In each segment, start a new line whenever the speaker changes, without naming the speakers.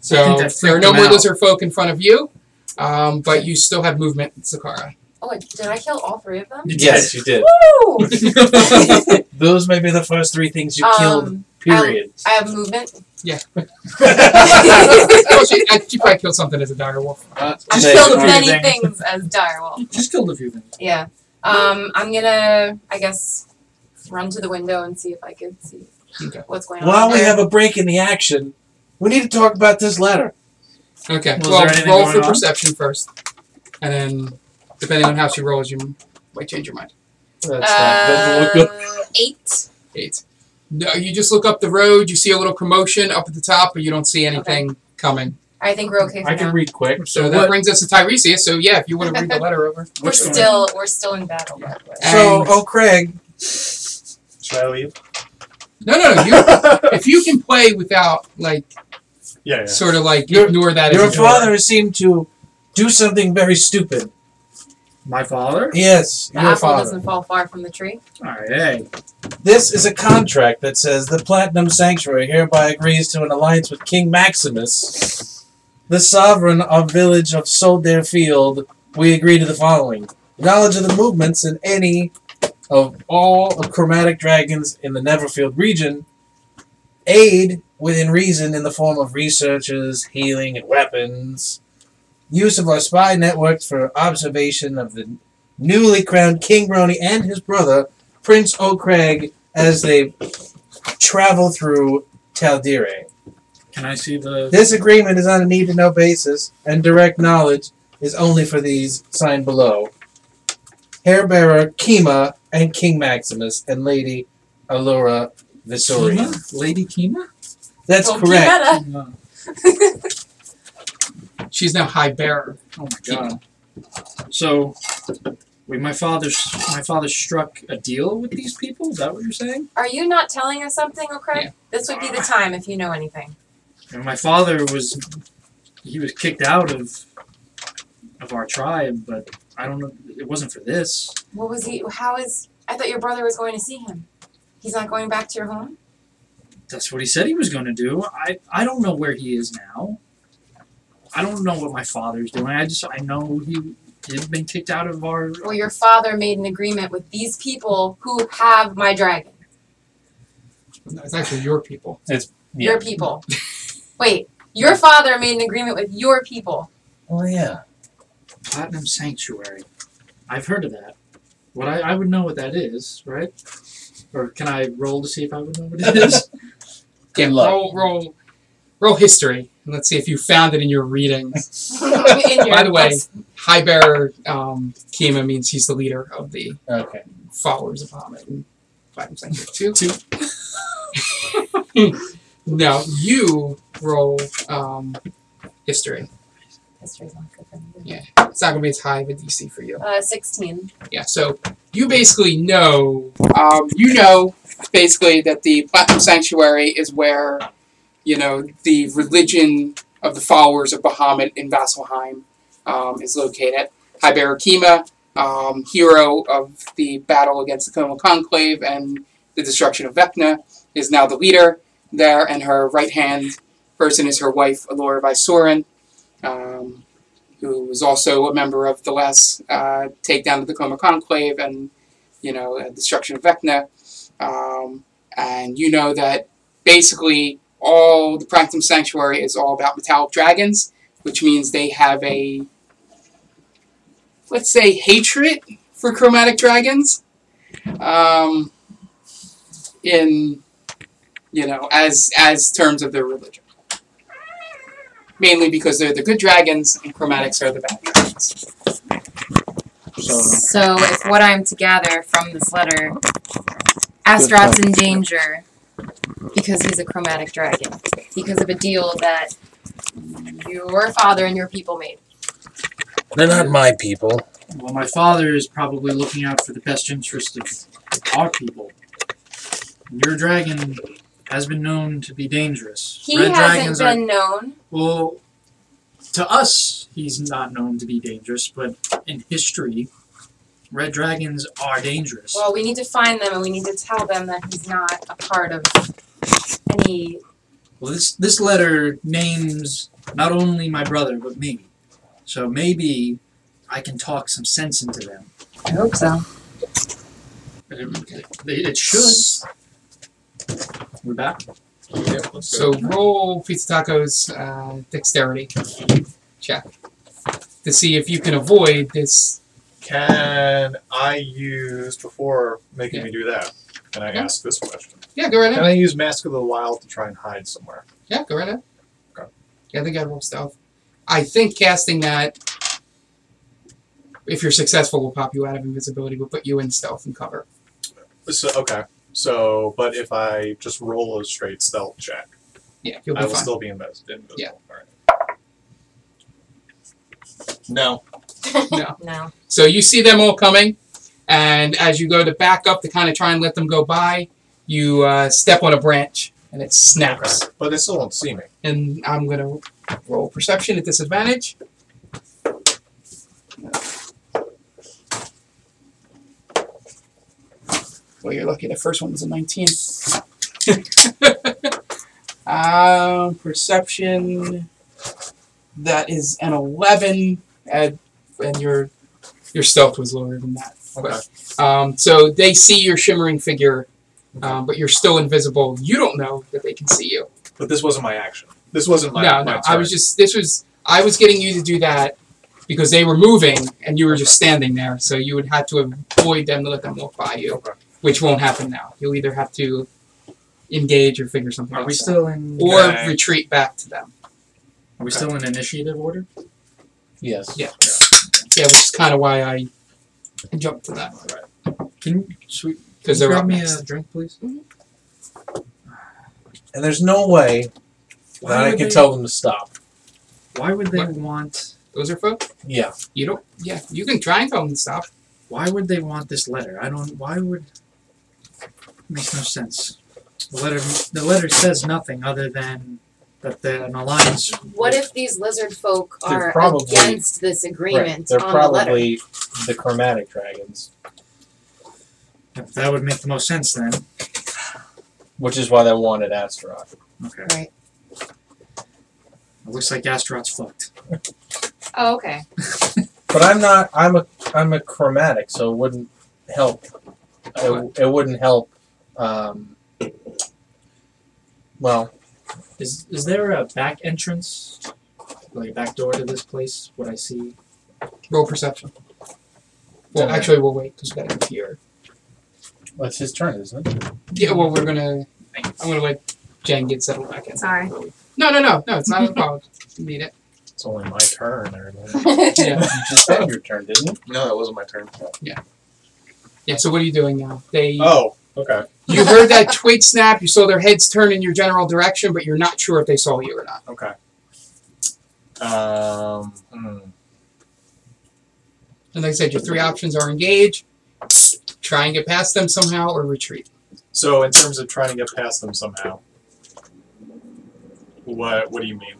So
think that
there are
freaked
no
him
more
out.
lizard folk in front of you, um, but you still have movement, Sakara.
Oh, wait, did I kill all three of them?
You
Yes.
did. You did.
Woo!
Those may be the first three things you killed.
um,
Period.
I have movement.
well, Oh, she, I, she probably killed something as a dire wolf.
Uh,
I've
they
killed
are
many
things-
things as direwolf.
Just killed a few things.
Yeah. Um, I'm gonna, I guess, run to the window and see if I can see
Okay.
what's going on.
While we
there.
have a break in the action, we need to talk about this letter.
Okay.
Was
well,
there anything
roll
going
for
on?
perception first, and then depending on how she rolls, you might change your mind.
That's not, doesn't look good.
Uh, eight.
Eight. No, you just look up the road. You see a little commotion up at the top, but you don't see anything coming.
I think we're okay for
I
now.
can read quick.
So
So
that
what?
brings us to Tiresias. So yeah, if you want to read the letter over.
we're
what's going
still, we're still in battle. By the way.
So,
And-
oh, Craig.
Should I leave?
No, no, no. You, if you can play without like
Yeah, yeah.
sort of like
Your-
ignore that.
Your
as a door.
father seemed to do something very stupid.
My father?
Yes,
The
your
apple
father.
doesn't fall far from the tree.
Alright, hey.
This is a contract that says the Platinum Sanctuary hereby agrees to an alliance with King Maximus, the sovereign of village of Soldair Field. We agree to the following: knowledge of the movements in any of all of chromatic dragons in the Neverfield region, aid within reason in the form of researches, healing, and weapons. Use of our spy networks for observation of the newly crowned King Brony and his brother Prince O'Craig as they travel through Taldire.
Can I see the
This agreement is on a need to know basis, and direct knowledge is only for these signed below. Hairbearer Kima and King Maximus and Lady Allura Visorian.
Kima? Lady Kima? Uh, oh
That's
Well,
correct.
Pianetta.
No.
She's now high bearer.
Oh my god. So wait, my father my father struck a deal with these people? Is that what you're saying?
Are you not telling us something, O'Craig?
Yeah.
This would be the time if you know anything.
And my father was he was kicked out of of our tribe, but I don't know it wasn't for this.
What was he? How is? I thought your brother was going to see him. He's not going back to your home.
That's what he said he was going to do. I I don't know where he is now. I don't know what my father's doing. I just I know he he'd been kicked out of our.
Well, your father made an agreement with these people who have my dragon.
No, It's actually your people.
Your people. Wait, your father made an agreement with your people.
Oh, yeah.
Platinum Sanctuary. I've heard of that. What I I would know what that is, right? Or can I roll to see if I would know what it
Yeah,
is?
Good luck.
roll, roll, roll history. And let's see if you found it in your readings.
In your
By the way,
books.
high bearer um, Kima means he's the leader of the
Okay.
followers of Ahmed. And Five and six, two, two. now you roll um, history.
History's not good for me.
Yeah. It's not gonna be as high of a DC for you.
Uh, sixteen.
Yeah, so you basically know, um, you know, basically that the Platinum Sanctuary is where, you know, the religion of the followers of Bahamut in Vasselheim um, is located. Hiberakima, um, hero of the battle against the Conal Conclave and the destruction of Vecna, is now the leader there, and her right hand person is her wife, Alora Vysoren. Um, who was also a member of the last uh, takedown of the Coma Conclave and, you know, uh, destruction of Vecna. Um, and you know that basically all the Practum Sanctuary is all about metallic dragons, which means they have a, let's say, hatred for chromatic dragons. Um, in, you know, as as terms of their religion mainly because they're the good dragons and chromatics are the bad dragons.
so
So, if what I'm to gather from this letter, Astaroth's in danger
Because he's a chromatic dragon. Because of a deal that your father and your people made.
They're not my people.
well, my father is probably looking out for the best interest of our people. Your dragon has been known to be dangerous.
He
Red
hasn't
dragons are
been known.
Well, to us, he's not known to be dangerous, but in history, red dragons are dangerous.
Well, we need to find them and we need to tell them that he's not a part of any.
Well, this this letter names not only my brother but me. So maybe I can talk some sense into them.
I hope so.
It, it should. We're back.
So roll pizza tacos uh, dexterity check to see if you can avoid this.
Can I use before making
Yeah.
me do that? Can I
Yeah.
ask this question?
Yeah, go right
Can
now.
I use Mask of the Wild to try and hide somewhere?
Yeah, go right now.
Okay.
Yeah, I think I roll stealth. I think casting that, if you're successful, will pop you out of invisibility. Will put you in stealth and cover.
So okay. So, but if I just roll a straight stealth check,
Yeah, you'll be
I will
fine.
still be invested. Invisible.
Yeah.
Alright.
No.
No.
So you see them all coming, and as you go to back up to kind of try and let them go by, you uh, step on a branch and it snaps.
Okay. But they still won't see me.
And I'm gonna roll perception at disadvantage. Well, you're lucky. The first one was a 19. um, perception. That is an 11, and, and your your stealth was lower than that.
Okay.
Um, so they see your shimmering figure, um, but you're still invisible. You don't know that they can see you
But this wasn't my action. This wasn't my.
no,
my
no. I
turn.
was just this was I was getting you to do that because they were moving and you were just standing there, so you would have to avoid them to let them walk by you,
Okay.
which won't happen now. You'll either have to engage or figure something.
Are we
else out.
still in?
Or
Okay.
retreat back to them.
Are we still in initiative order?
Yes.
Yeah. Yeah, which is kind of why I jumped to that
Can you sweet
because they're
can you grab
up
me
next.
a drink, please?
And there's no way
Why
that I
would
can
they-
tell them to stop.
Why would they
What?
want?
Those are folks.
Yeah.
You don't. Yeah, you can try and tell them to stop.
Why would they want this letter? I don't. Why would? Makes no sense. The letter. The letter says nothing other than that the, an alliance.
What if these lizard folk
They're
are
probably-
against this
Right.
agreement
They're
on the letter?
probably the chromatic dragons,
if that would make the most sense then?
which is why they wanted Astaroth.
Okay.
Right.
It looks like Astaroth's fucked.
Oh, okay.
But I'm not. I'm a. I'm a chromatic, so it wouldn't help. It, it wouldn't help. Um, well,
Is is there a back entrance, like a back door to this place? What I see.
Roll perception. Well,
Okay.
actually, we'll wait because we gotta get here.
well, it's his turn, isn't it?
Yeah. Well, we're gonna. I'm gonna let Jen get settled back in.
Sorry.
No, no, no, no. It's not a problem. You Need it.
It's only my turn. everybody.
Yeah.
You just had your turn, didn't you?
no, that wasn't my turn.
Yeah. So what are you doing now? They.
Oh, okay.
You heard that twig snap. You saw their heads turn in your general direction, but you're not sure if they saw you or not.
Okay. Um. hmm.
And like I said, your three options are engage, try and get past them somehow, or retreat.
So in terms of trying to get past them somehow, what what do you mean?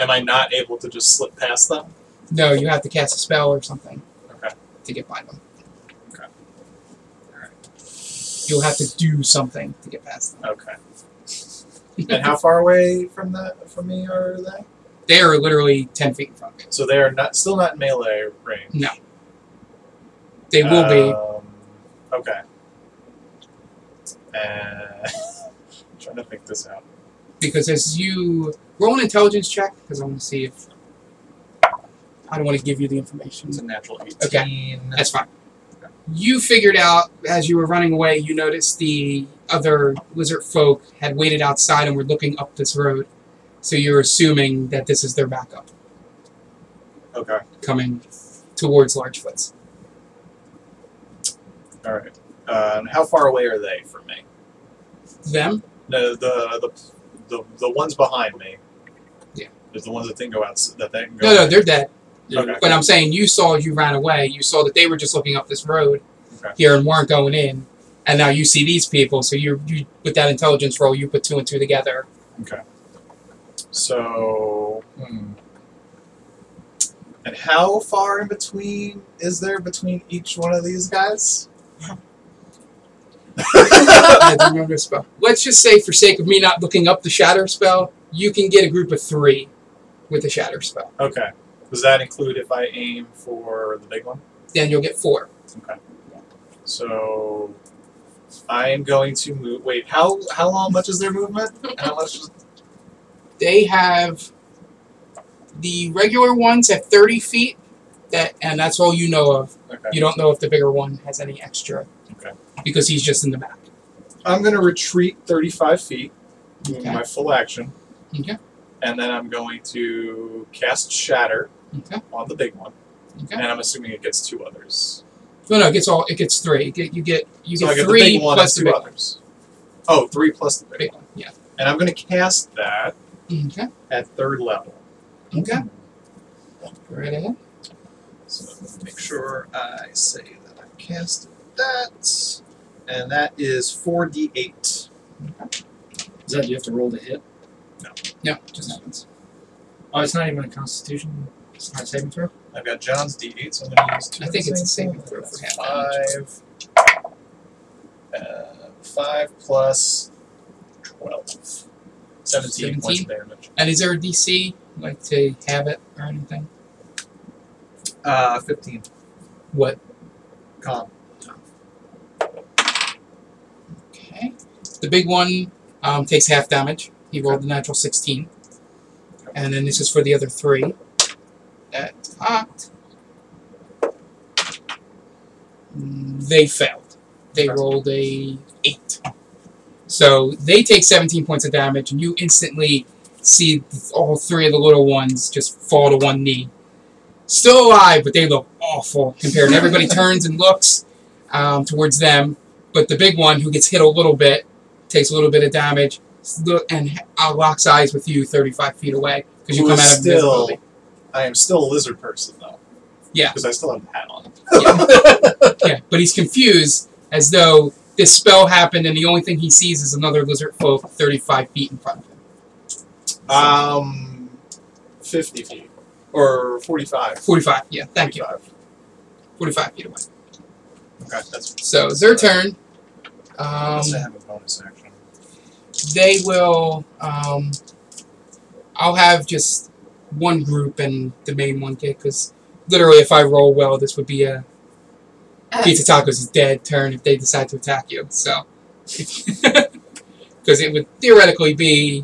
Am I not able to just slip past them?
No, you have to cast a spell or something.
Okay.
To get by them.
Okay.
You'll have to do something to get past
Okay.
them.
And how far away from that from me are they?
they are literally ten feet in front of you.
So they are not still not in melee range.
No. They will be.
Um, okay. Uh, trying to think this out.
because as you roll an intelligence check, because I want to see if I don't want to give you the information.
It's a natural
Okay.
eighteen.
That's fine. You figured out as you were running away, you noticed the other lizard folk had waited outside and were looking up this road. So you're assuming that this is their backup
Okay.
coming towards Largefoot's.
All right. Um, how far away are they from me?
Them?
No, the the the, the ones behind me.
Yeah.
There's the ones that think go out that they can go.
No, no, they're dead.
Okay.
But I'm saying you saw as you ran away, you saw that they were just looking up this road
Okay.
here and weren't going in. And now you see these people, so you're, you with that intelligence roll, you put two and two together.
So, hmm. and how far in between is there between each one of these guys?
I do remember the spell. Let's just say, for sake of me not looking up the shatter spell, you can get a group of three with a shatter spell.
Okay. Does that include if I aim for the big one?
Then you'll get four.
Okay. So I am going to move. Wait, how how long? Much is their movement? How much? Is,
They have the regular ones at 30 feet, that and that's all you know of.
okay.
You don't know if the bigger one has any extra.
Okay.
Because he's just in the back.
I'm going to retreat 35 feet, moving
Okay.
my full action,
Okay.
and then I'm going to cast Shatter
Okay.
on the big one,
Okay.
and I'm assuming it gets two others.
No, no, it gets all. It gets three. You get you get you
so
get
I get
three
the big one
plus
and
the
two
big,
others. Oh, three plus the big
big
one.
one. Yeah.
And I'm going to cast that
Okay.
at third level.
Okay. Go right ahead.
So I'm going to make sure I say that I casted that, and that is 4d8.
Is that you have to roll to hit?
No, just happens.
Oh, it's not even a Constitution. It's not a saving throw.
I've got John's D8, so I'm going to use two.
I think it's the same
thing.
for half
Five. Uh, five plus twelve. Seventeen points of damage.
And is there a DC like to have it or anything?
Uh, fifteen.
What?
Con.
Okay. The big one um, takes half damage. He rolled a natural sixteen. And then this is for the other three. That cocked. Mm, They failed. They
Okay.
rolled a eight. So they take seventeen points of damage, and you instantly see all three of the little ones just fall to one knee. Still alive, but they look awful compared. And everybody turns and looks um, towards them, but the big one who gets hit a little bit takes a little bit of damage s- look- and uh, locks eyes with you 35 feet away because you
Who
come
is
out of
still-
invisibility.
I am still a lizard person though.
Yeah.
Because I still have the hat on.
Yeah, but he's confused as though this spell happened and the only thing he sees is another lizard folk 35 feet in front of him.
Um, fifty feet or forty-five.
45, yeah, thank you.
45.
45 feet away.
Okay, that's.
So it's their turn. Um,
Unless I have a bonus action.
they will um, i'll have just one group and the main one kid because literally if i roll well this would be a
Uh,
pizza tacos is dead turn if they decide to attack you so because it would theoretically be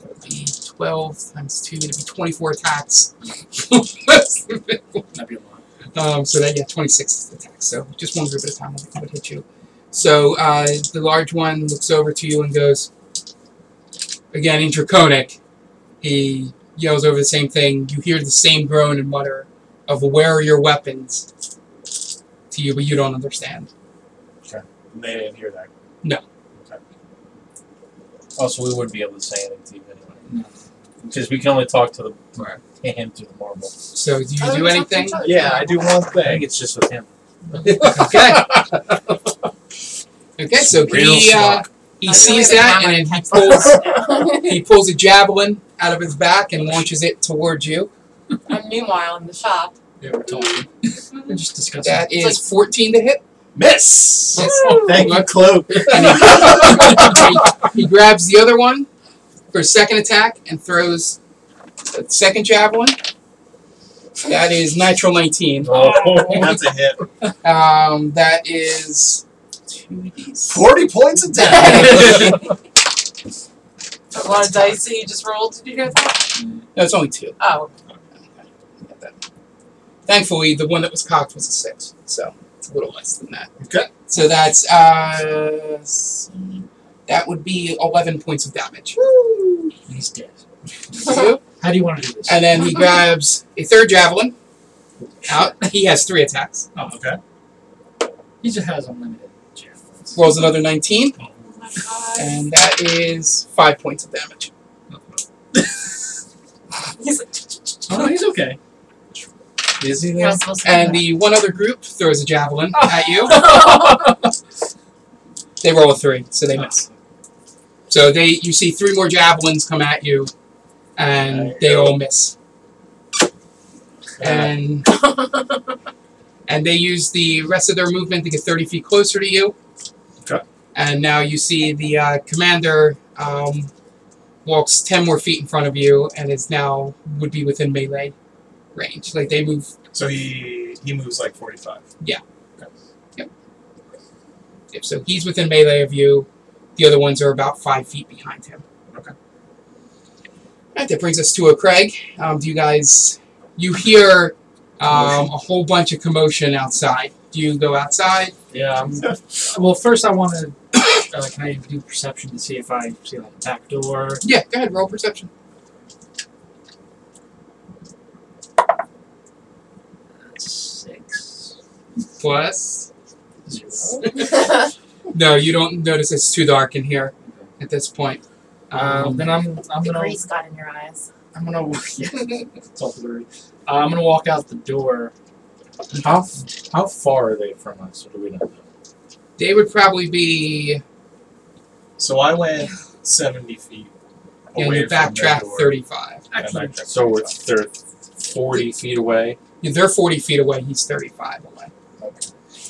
that would be 12 times 2 it'd be 24 attacks
That'd be a lot.
Um, so that yeah, 26 attacks. So just one group at a time would, would hit you. So uh, the large one looks over to you and goes, again in draconic. He yells over the same thing. You hear the same groan and mutter of "Where are your weapons?" to you, but you don't understand.
And They didn't hear that.
No.
Okay.
Also, we wouldn't be able to say anything to you anyway. Because we can only talk to the
Right.
to him through the marble.
So do you
Oh,
do
it's
anything?
up to each
Yeah, I do one
I think
thing.
it's just with him.
okay. Okay. So
Real
he uh, he
I feel
sees
like the
that
camera
and he
catches
pulls
other.
he pulls a javelin out of his back and launches it towards you.
and meanwhile, in the shop.
Yeah, we're talking. We're just discussing.
That is
It's
14 to hit.
Miss.
Yes.
Oh
Thank you,
Look.
cloak.
He grabs the other one for second attack and throws the second javelin. That is natural 19.
Oh.
That's a hit.
Um, that is 2d6.
Forty points of damage.
A lot of dice that you just rolled. Did you hear that?
No, it's only two.
Oh,
Thankfully, the one that was cocked was a six, so it's a little less than that.
Okay.
So that's uh, s- that would be 11 points of damage.
He's dead.
You?
How do you want to do this?
And then he grabs a third javelin. Out. He has three attacks.
oh,
okay.
He just has unlimited javelins.
Rolls another 19,
oh my god.
and that is five points of damage.
He's like,
Oh, no, he's okay.
Is he
you're
there?
not supposed to
And
do
the one other group throws a javelin at you.
that.
They roll a three, so they
Oh.
miss. So they, you see three more javelins come at you, and
There you
they
go.
all miss. And and they use the rest of their movement to get 30 feet closer to you.
Okay.
And now you see the uh, commander um, walks ten more feet in front of you and is now would be within melee range. Like they move
So he he moves like forty five.
Yep, So he's within melee of you. The other ones are about five feet behind him.
Okay.
Alright, that brings us to a Craig. Um, do you guys. You hear um, a whole bunch of commotion outside. Do you go outside?
Yeah. I'm, well, first I want to. Uh, can I do perception to see if I see like a back door?
Yeah, go ahead, roll perception.
That's six.
Plus.
Zero.
No, you don't notice it's too dark in here at this point.
Um,
Um,
then I'm I'm
The
gonna
grease got in your eyes.
I'm gonna yeah, it's all blurry. Uh, I'm gonna walk out the door.
How f- how far are they from us? Or do we not know?
they would probably be.
So I went seventy feet.
Yeah,
away
you
from that
backtrack
door.
35.
And I
Actually,
backtracked
So we're
35.
they're forty feet away.
Yeah, They're 40 feet away, he's 35 away.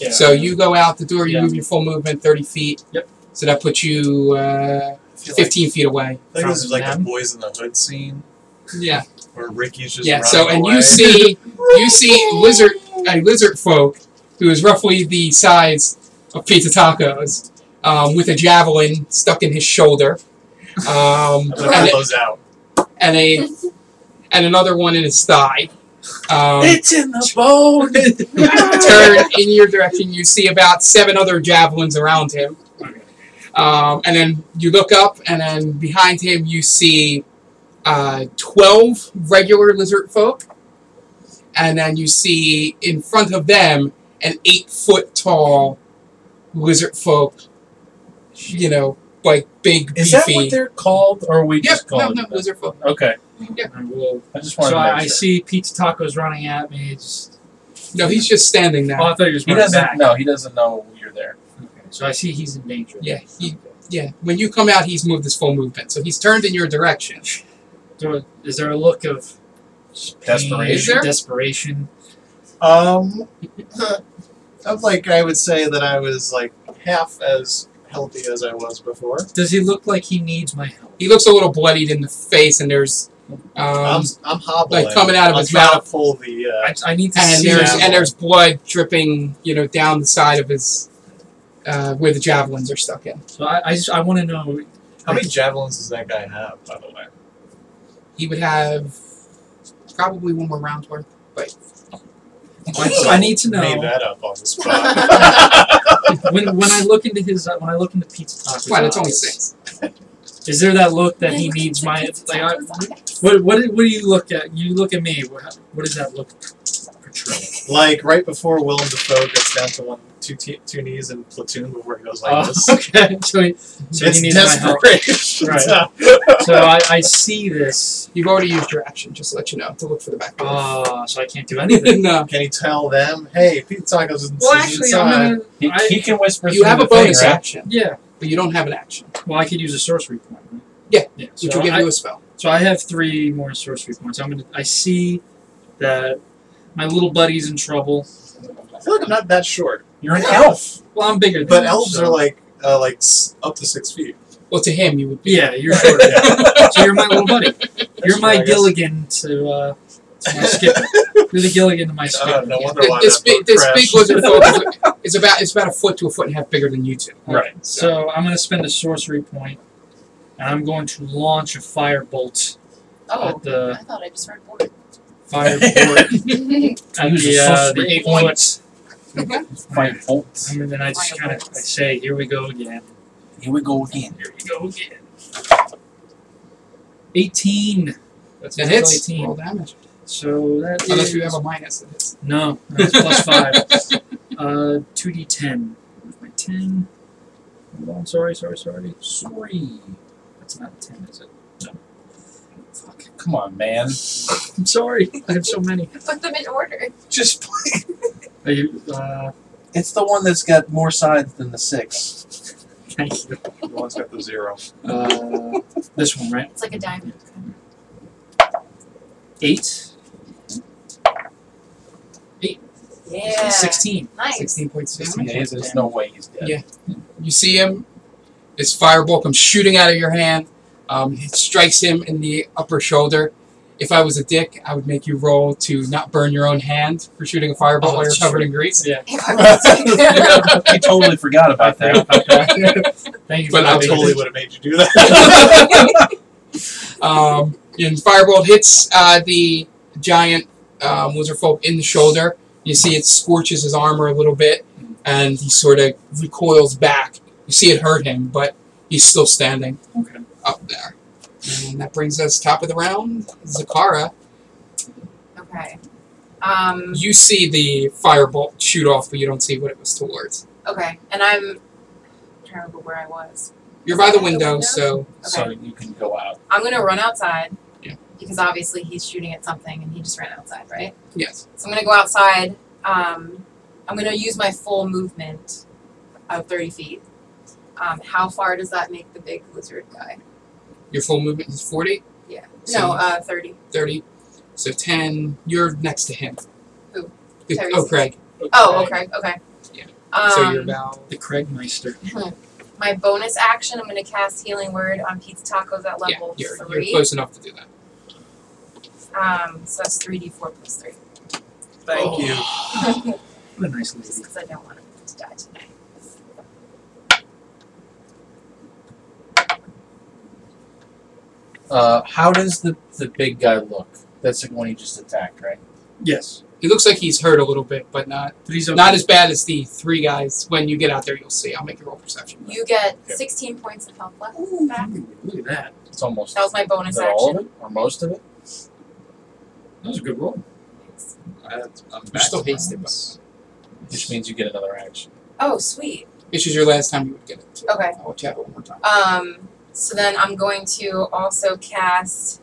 yeah.
So you go out the door, you
Yeah.
move your full movement 30 feet.
Yep.
So that puts you uh,
I feel like,
15 feet away.
I think this is like
From
the boys in the hood scene
Yeah.
where Ricky's just
Yeah.
running
So and
away.
you see you see lizard a lizard folk who is roughly the size of pizza tacos um, with a javelin stuck in his shoulder, um,
I'm
and,
gonna
a,
close out.
and a and another one in his thigh. Um,
it's in the bone.
turn in your direction, you see about seven other javelins around him.
Okay.
Um, and then you look up, and then behind him, you see uh, 12 regular lizard folk. And then you see in front of them an eight foot tall lizard folk, you know, like big,
Is that
beefy.
what they're called, or are we
yep,
just
no,
called?
no, lizard folk.
Okay,
I will.
I just wanted
So
to make
I, I
sure.
see pizza tacos running at me. Just
No, he's just standing there.
oh, I thought he was
He
running
doesn't.
back.
No, he doesn't know you're there.
Okay, so I see he's in danger.
Yeah, he, yeah. When you come out, he's moved his full movement, so he's turned in your direction.
So is there a look of pain,
Desperation.
Is there?
Desperation.
Um, I'm like I would say that I was like half as healthy as I was before.
Does he look like he needs my help?
He looks a little bloodied in the face, and there's um,
I'm I'm hobbling.
like coming out of
I'm
his
trying to
mouth.
pull the. Uh,
I, I need to
and
see.
there's
him.
and there's blood dripping, you know, down the side of his uh, where the javelins are stuck in.
So I, I just I want to know.
how many javelins does that guy have, by the way?
He would have probably one more round's worth.
I, I need to
Made
know
that up on the spot.
when when I look into his when I look into pizza tacos.
Fine, it's only
eyes,
six.
Is there that look that he needs my like? I, what what do- what do you look at? You look at me. What, what does that look portray?
like right before Willem Dafoe gets down to one two te- two knees in platoon before he goes like
Oh,
this.
okay. So, he- so
it's
he needs my help.
desperation.
Right. So I, I see this.
You've already used your action, just to let you know, to look for the back door.
Uh, so I can't do anything.
no.
Can you tell them, hey, pizza tacos is
Well, actually,
inside.
I'm
He,
gonna. I,
he can whisper.
You
through
have
the
a bonus
thing, right?
action,
yeah.
but you don't have an action,
Well, I could use a sorcery point. Right?
Yeah,
Yeah. So
which will give
I,
you a spell.
So I have three more sorcery points. I'm gonna. I see that my little buddy's in trouble.
I feel like I'm not that short.
You're an elf.
Well, I'm bigger. Than
But
him,
elves
so-
are like uh, like s- up to six feet.
Well, to him, you would be.
Yeah, you're shorter. so you're my little buddy. You're
true,
my
I guess.
Gilligan to, uh, to my skipper. You're the Gilligan to my
Uh,
skipper.
no wonder
Th-
why
This
that boat
big, this
crashed.
big lizard folk is, is about it's about a foot to a foot and a half bigger than you two.
Right.
So-
So I'm going to spend a sorcery point, and I'm going to launch a firebolt
Oh,
at the
I thought I just heard board.
firebolt at
Use a
the, uh,
sorcery
the eight
point.
foot.
Fight bolts.
I mean, then I just kind of I say, "Here we go again.
Here we go again.
Here we go again." Eighteen. That's
That
a
hits.
Eighteen.
Roll damage.
So that is
Unless you have a minus that hits.
no. That's plus five. Uh, two d ten. Where's my ten? Oh, I'm sorry, sorry, sorry.
Sorry.
That's not ten, is it?
Fuck. Come on, man.
I'm sorry. I have so many.
Put them in order.
Just play.
Are you? Uh,
It's the one that's got more sides than the six.
thank you.
The one's got the zero.
Uh, this one, right?
It's like a diamond.
Eight.
Yeah.
Sixteen.
Nice.
16 points of
Sixteen
damage.
days. There's no way he's dead.
Yeah. You see him. This fireball comes shooting out of your hand, Um, it strikes him in the upper shoulder. If I was a dick, I would make you roll to not burn your own hand for shooting a fireball
Oh,
while you're
that's
covered
true.
in grease.
Yeah.
I totally forgot about that.
Thank you
But
for
I
that.
totally
would have made you do that.
um, and Firebolt hits uh, the giant um, lizard folk in the shoulder. You see it scorches his armor a little bit, and he sort of recoils back. You see it hurt him, but he's still standing
Okay.
up there. And that brings us top of the round, Zakara.
Okay. Um,
You see the firebolt shoot off, but you don't see what it was towards.
okay. And I'm I'm trying to remember where I was.
You're by the
The
window,
window?
so
So you can go out.
I'm gonna run outside.
Yeah.
Because obviously he's shooting at something and he just ran outside, right?
yes.
So I'm gonna go outside. Um, I'm gonna use my full movement of 30 feet. Um, how far does that make the big lizard guy?
Your full movement is 40,
no,
So-
uh, 30.
30, so 10. You're next to him.
Who?
The-
Terry's-
oh, Craig.
Oh, okay, okay.
Yeah.
Um,
so you're about
The Craigmeister.
my bonus action, I'm gonna cast Healing Word on Pizza Tacos
yeah,
at level
you're, you're
3
close enough to do that.
Um, so that's 3d4 plus 3.
Thank you.
What a nice lady.
Just because I don't want him to die tonight.
Uh, how does the, the big guy look? That's the one he just attacked, right?
Yes.
He looks like he's hurt a little bit, but not
But he's okay.
not as bad as the three guys. When you get out there, you'll see. I'll make your roll perception.
You get
Okay.
16 points of health left
Ooh,
back.
Look at that.
It's almost.
That was my
is
bonus
that all of
action.
it? Or most of it?
That was a good roll.
I'm
You're still hasted,
but
Which means you get another action.
Oh, sweet.
This is your last time you would get it.
Okay.
I'll let you have it one more time.
Um, so then I'm going to also cast.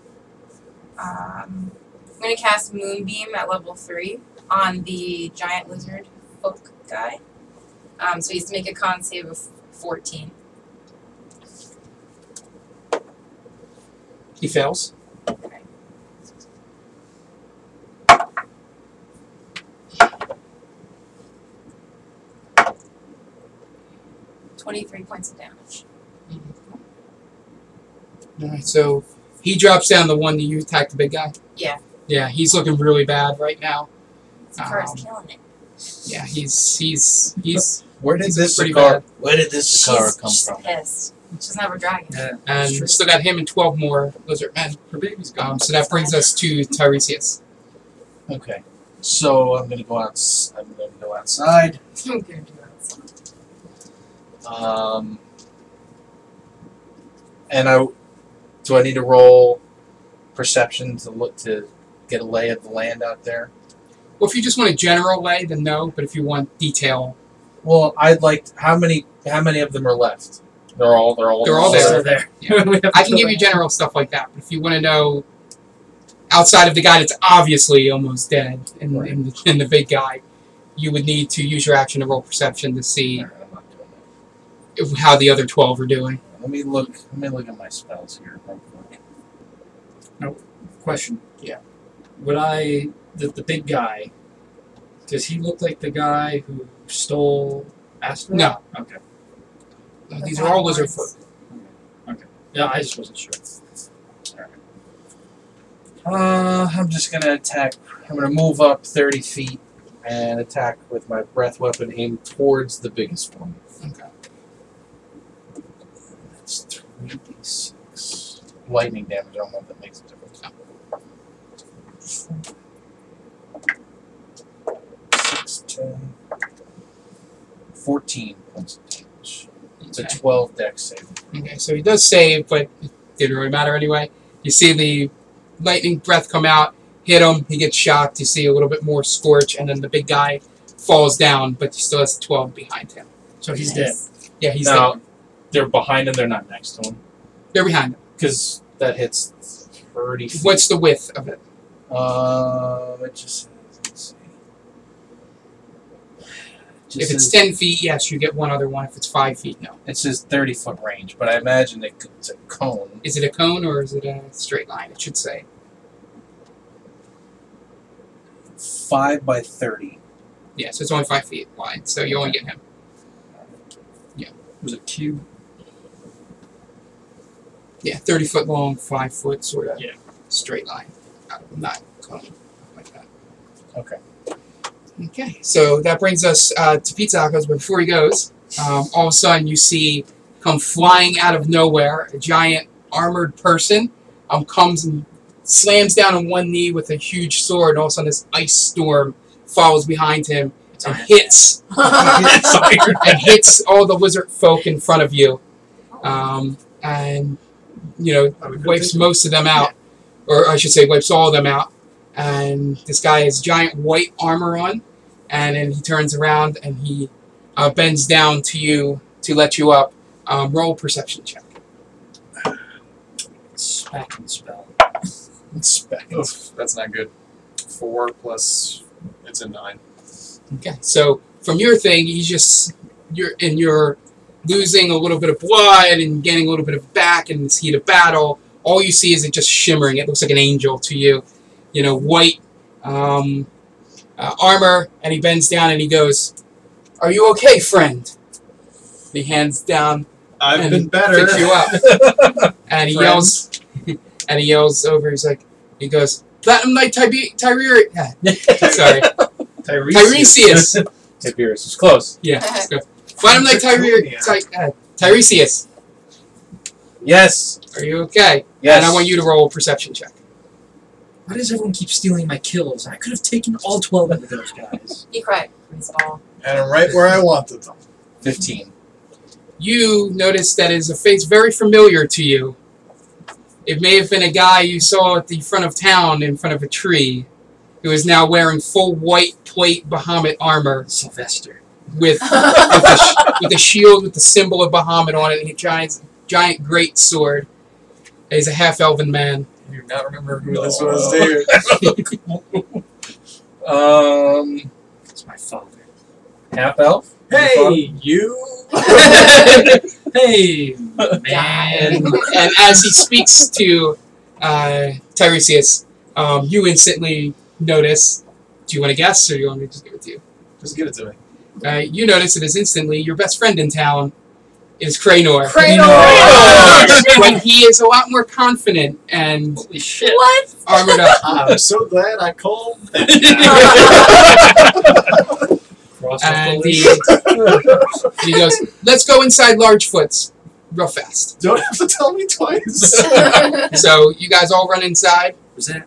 Um, I'm going to cast Moonbeam at level three on the giant lizard folk guy. Um, so he has to make a con save of 14.
He fails.
Twenty-three points of damage.
All right, so he drops down the one that you attacked, the big guy.
Yeah.
Yeah, hehe's looking really bad right now.
The car is
Um,
killing it.
Yeah, he's he's he's
Where did
It's
this
pretty
cigar?
bad.
Where did this cigar
she's,
come
she's
from?
pissed. She doesn't have her dragon.
Yeah.
and
Sure.
still got him and twelve more lizard men.
Her baby's gone.
Um, so that brings us to Tiresias.
Okay, so I'm gonna go outs. I'm gonna go outside.
I'm gonna do that.
Um, and I do I need to roll perception to look to get a lay of the land out there?
Well, if you just want a general lay, then no. But if you want detail,
Well, I'd like how many how many of them are left? They're all they're all
They're all there.
Still there.
Yeah.
We have
I
to
can give you general stuff like that, but if you want to know outside of the guy that's obviously almost dead and,
Right.
and, the, and the big guy, you would need to use your action to roll perception to see
Alright, I'm not doing that.
if- how the other 12 are doing.
Let me look. Let me look at my spells here. real quick.
Question.
Yeah.
Would I the, the big guy? Does he look like the guy who stole Astro?
No.
Okay.
Uh, these are all lizard folk.
Yeah, I just wasn't sure.
Uh, I'm just gonna attack. I'm gonna move up 30 feet and attack with my breath weapon aimed towards the biggest one.
Okay.
That's three d six lightning damage. I don't know if that makes a difference. Six, 10, 14 points of damage. It's a
Okay.
12 deck save.
Okay, so he does save, but it didn't really matter anyway. You see the lightning breath come out, hit him, he gets shocked, you see a little bit more scorch, and then the big guy falls down, but he still has 12 behind him.
So he's dead.
Nice.
Yeah, he's
now,
down.
they're behind him, they're not next to him.
They're behind him.
Because that hits 30 feet.
What's the width of it?
Um, it just let's see. It
if it's
says,
10 feet, yes, you get one other one. If it's 5 feet, no.
it says thirty foot range, but I imagine it, c- it's a cone.
Is it a cone or is it a straight line? It should say.
Five by thirty.
Yeah, so it's only 5 feet wide, so you only get him.
It was a cube.
Yeah, thirty foot long, five foot sort of
Yeah.
straight line. I'm not going like that.
Okay.
Okay, so that brings us uh, to Pizza Tacos. But before he goes, um, all of a sudden you see come flying out of nowhere a giant armored person um, comes and slams down on one knee with a huge sword, and all of a sudden this ice storm follows behind him and hits
It's Iron Man.
and hits all the lizard folk in front of you, um, and you know
I would go
wipes
too.
most of them out, or I should say wipes all of them out. And this guy has giant white armor on, and then he turns around and he uh, bends down to you to let you up. Um, roll perception check.
Smack and spell.
Inspect. Oof, that's not good. Four plus it's a nine.
Okay, so from your thing, you just you're and you're losing a little bit of blood and gaining a little bit of back in this heat of battle. All you see is it just shimmering. It looks like an angel to you, you know, white um, uh, armor. And he bends down and he goes, "Are you okay, friend?" And he hands down
I've
And
been better.
picks you up, and he
Friend.
yells, and he yells over. He's like, he goes, "Platinum Knight Tibe- Tyre- uh, sorry, Tiresias."
Tiberius was close.
Yeah, let's go. Find him like Tyre- Ty- uh, Tiresias.
Yes.
Are you okay?
Yes.
And I want you to roll a perception check.
Why does everyone keep stealing my kills? I could have taken all twelve of those guys.
Be quiet. It's all.
And I'm right where I wanted them.
Fifteen.
You notice that is a face very familiar to you. It may have been a guy you saw at the front of town in front of a tree who is now wearing full white plate Bahamut armor
Sylvester.
with, with, a, sh- with a shield with the symbol of Bahamut on it and a giant, giant great sword. He's a half elven man.
I do not remember who
this
this
was,
was, dude.
Um,
It's my father.
half elf.
hey, you.
Hey,
Die.
man.
and, and as he speaks to uh, Tiresias, um, you instantly notice. Do you want to guess, or do you want me to just give it to you?
Just give it to me.
Uh, you notice it is instantly your best friend in town is Cranor.
Cranor!
but he is a lot more confident and
Holy shit.
What?
armored up.
I'm so glad I called that.
Cross off the
And he,
list.
he goes, "Let's go inside Largefoots, real fast."
Don't have to tell me twice.
So you guys all run inside.
Was that?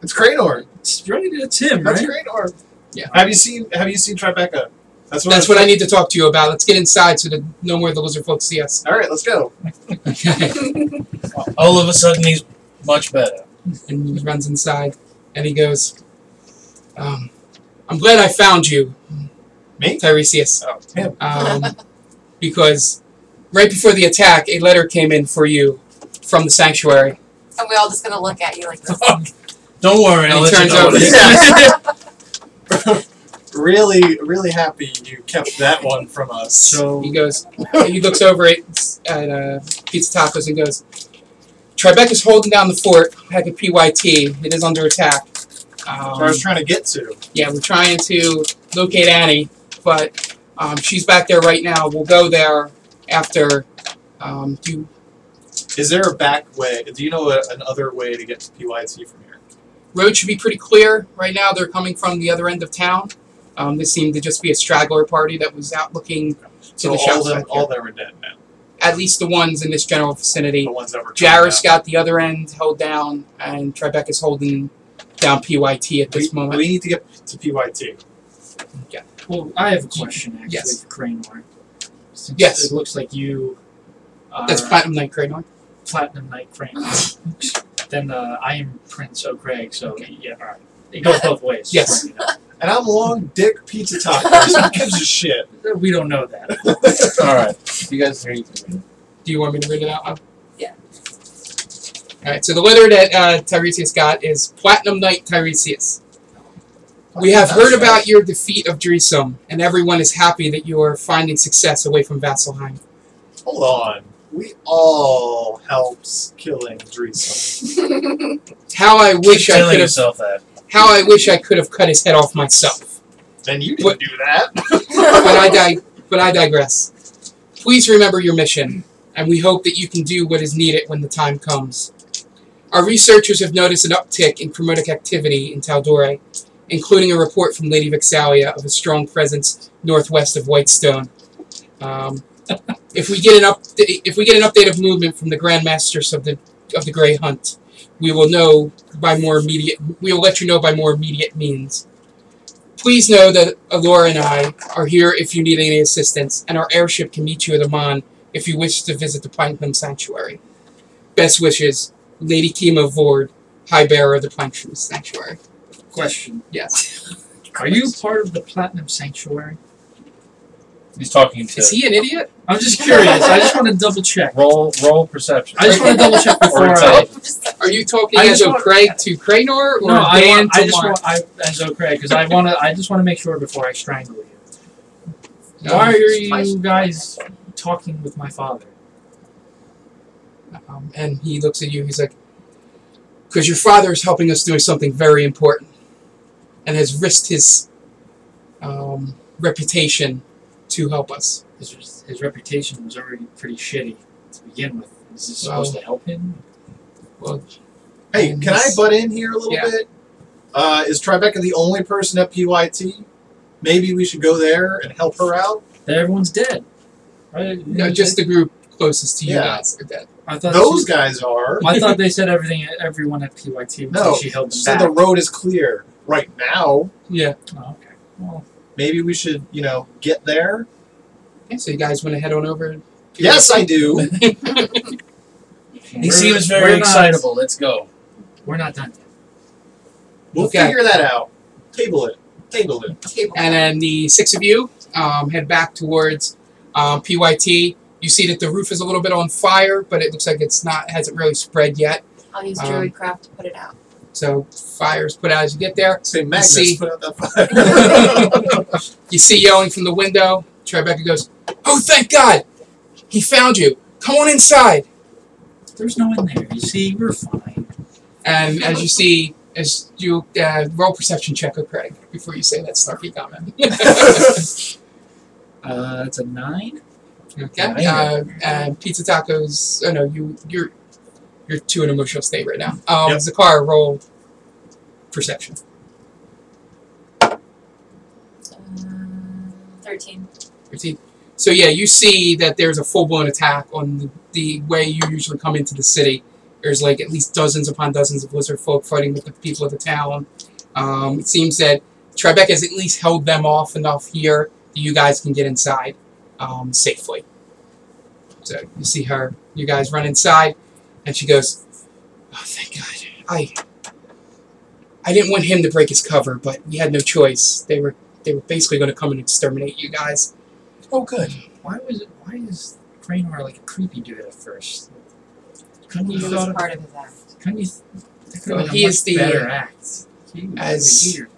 It's Cranor.
It's really that's him,
That's
right?
Cranor.
Yeah.
Have you seen Have you seen Tribeca? That's what.
That's what I need to talk to you about. Let's get inside so that no more of the lizard folks see us.
All right, let's go.
Okay.
All of a sudden, he's much better.
and he runs inside and he goes, um, I'm glad I found you,
Me?
Tiresias.
Oh, him.
Um, because right before the attack, a letter came in for you from the sanctuary.
and we're all just gonna look at you like this.
Don't worry.
And
I'll
he
let you
turns
know
Oh,
over.
what it is.
Really, really happy you kept that one from us.
So
He goes, and he looks over at, at uh, Pizza Tacos and goes, Tribeca's holding down the fort at the PYT. It is under attack.
That's
Um,
where I was trying to get to.
yeah, we're trying to locate Annie, but um, she's back there right now. We'll go there after um, you
Is there a back way? Do you know a, another way to get to PYT from here?
road should be pretty clear right now. They're coming from the other end of town. Um, this seemed to just be a straggler party that was out looking the
So all
south
them,
side,
all them are dead now.
at least the ones in this general
The
vicinity.
ones that were.
Jairus
coming
got the other end held down, and Tribeca's holding down PYT at
out.
this
we,
moment.
We need to get to PYT.
Well, I have a question actually
Yes.
for Cranor. Since
Yes.
It looks like you are
That's Platinum Knight Cranor.
Platinum Knight Cranor. then uh, I am Prince O'Craig, so yeah, all right. It goes both ways. just
Yes.
wanted to
And I'm long dick pizza tacos. Who gives a shit?
know. We don't know that.
All right. You guys three.
Do you want me to read it out loud?
Yeah.
Alright, so the letter that uh, Tiresias got is Platinum Knight Tiresias. We have heard about your defeat of Drisum, and everyone is happy that you are finding success away from Vasselheim.
Hold on. We all helped killing Dreesen.
How I wish
Keep
I
telling
could have
yourself that.
how I wish I could have cut his head off myself.
And you didn't
What-
do that.
But I di- but I digress. Please remember your mission. and we hope that you can do what is needed when the time comes. Our researchers have noticed an uptick in promotic activity in Taldore, including a report from Lady Vexalia of a strong presence northwest of Whitestone. Um, if we get an up, if we get an update of movement from the Grand Masters of the of the Grey Hunt, we will know by more immediate. We will let you know by more immediate means. Please know that Alora and I are here if you need any assistance, and our airship can meet you at Amman if you wish to visit the Plankton Sanctuary. Best wishes, Lady Kima Vord, High Bearer of the Plankton Sanctuary.
Question:
Yes.
Are you part of the Platinum Sanctuary?
He's talking to.
Is he an idiot?
I'm just curious. I just want to double check.
roll roll perception.
I just want to double check before. I,
intelligence.
Are you talking
I
as
just
a
want-
Craig to Cranor or
no, I
Dan
want. I
to
just
Mark?
want. I, as okay, because I want to. I just want to make sure before I strangle you.
No.
Why are you guys talking with my father?
Um, and he looks at you. He's like, "Because your father is helping us do something very important, and has risked his um, reputation to help us."
His, his reputation was already pretty shitty to begin with. Is this supposed to help him?
Well,
Hey,
And
can I
this-
butt in here a little
Yeah.
bit? Uh, is Tribeca the only person at PYT? Maybe we should go there and help her out.
Everyone's dead. Right?
no, just the group closest to you
Yeah.
guys are dead.
I thought
Those
she-
guys are.
I thought they said everything. Everyone at PYT. but
No,
she held them
So
back.
the road is clear right now.
Yeah.
Oh, okay. Well,
Maybe we should, you know, get there.
Okay, so you guys want to head on over? to-
Yes, I do.
He
we're-
seems
we're
very
not-
excitable. Let's go.
We're not done yet.
We'll
Okay.
figure that out. Table it. Table it.
Table.
And then the six of you um, head back towards um, PYT. You see that the roof is a little bit on fire, but it looks like it's not hasn't really spread yet.
I'll use
Um,
Druidcraft to put it out.
So fire's put out as you get there.
Say Magnus
See.
put out that fire.
You see yelling from the window. Tribeca goes, Oh, thank God! He found you. Come on inside.
There's no one there. You see, we're fine.
And as you see, as you uh, roll perception check with Craig before you say that snarky comment.
Uh, it's a nine.
okay. Uh, and pizza tacos. Oh no, you you're you're to an emotional state right now. Um,
Yep.
Zakar, roll perception.
Um, Thirteen.
Your team. So yeah, you see that there's a full-blown attack on the, the way you usually come into the city. There's like at least dozens upon dozens of lizard folk fighting with the people of the town. Um, it seems that Tribeca has at least held them off enough here that you guys can get inside um, safely. So you see her, you guys run inside, and she goes, "Oh, thank God! I I didn't want him to break his cover, but we had no choice. They were they were basically going to come and exterminate you guys."
Oh, good.
Why was it? Why is Cranor like a creepy dude at first? Couldn't
It
you
was
thought?
part of his act.
Couldn't you? That could
Well,
have been
Oh, he
a much
is the- uh,
better act. He was
as-
weird.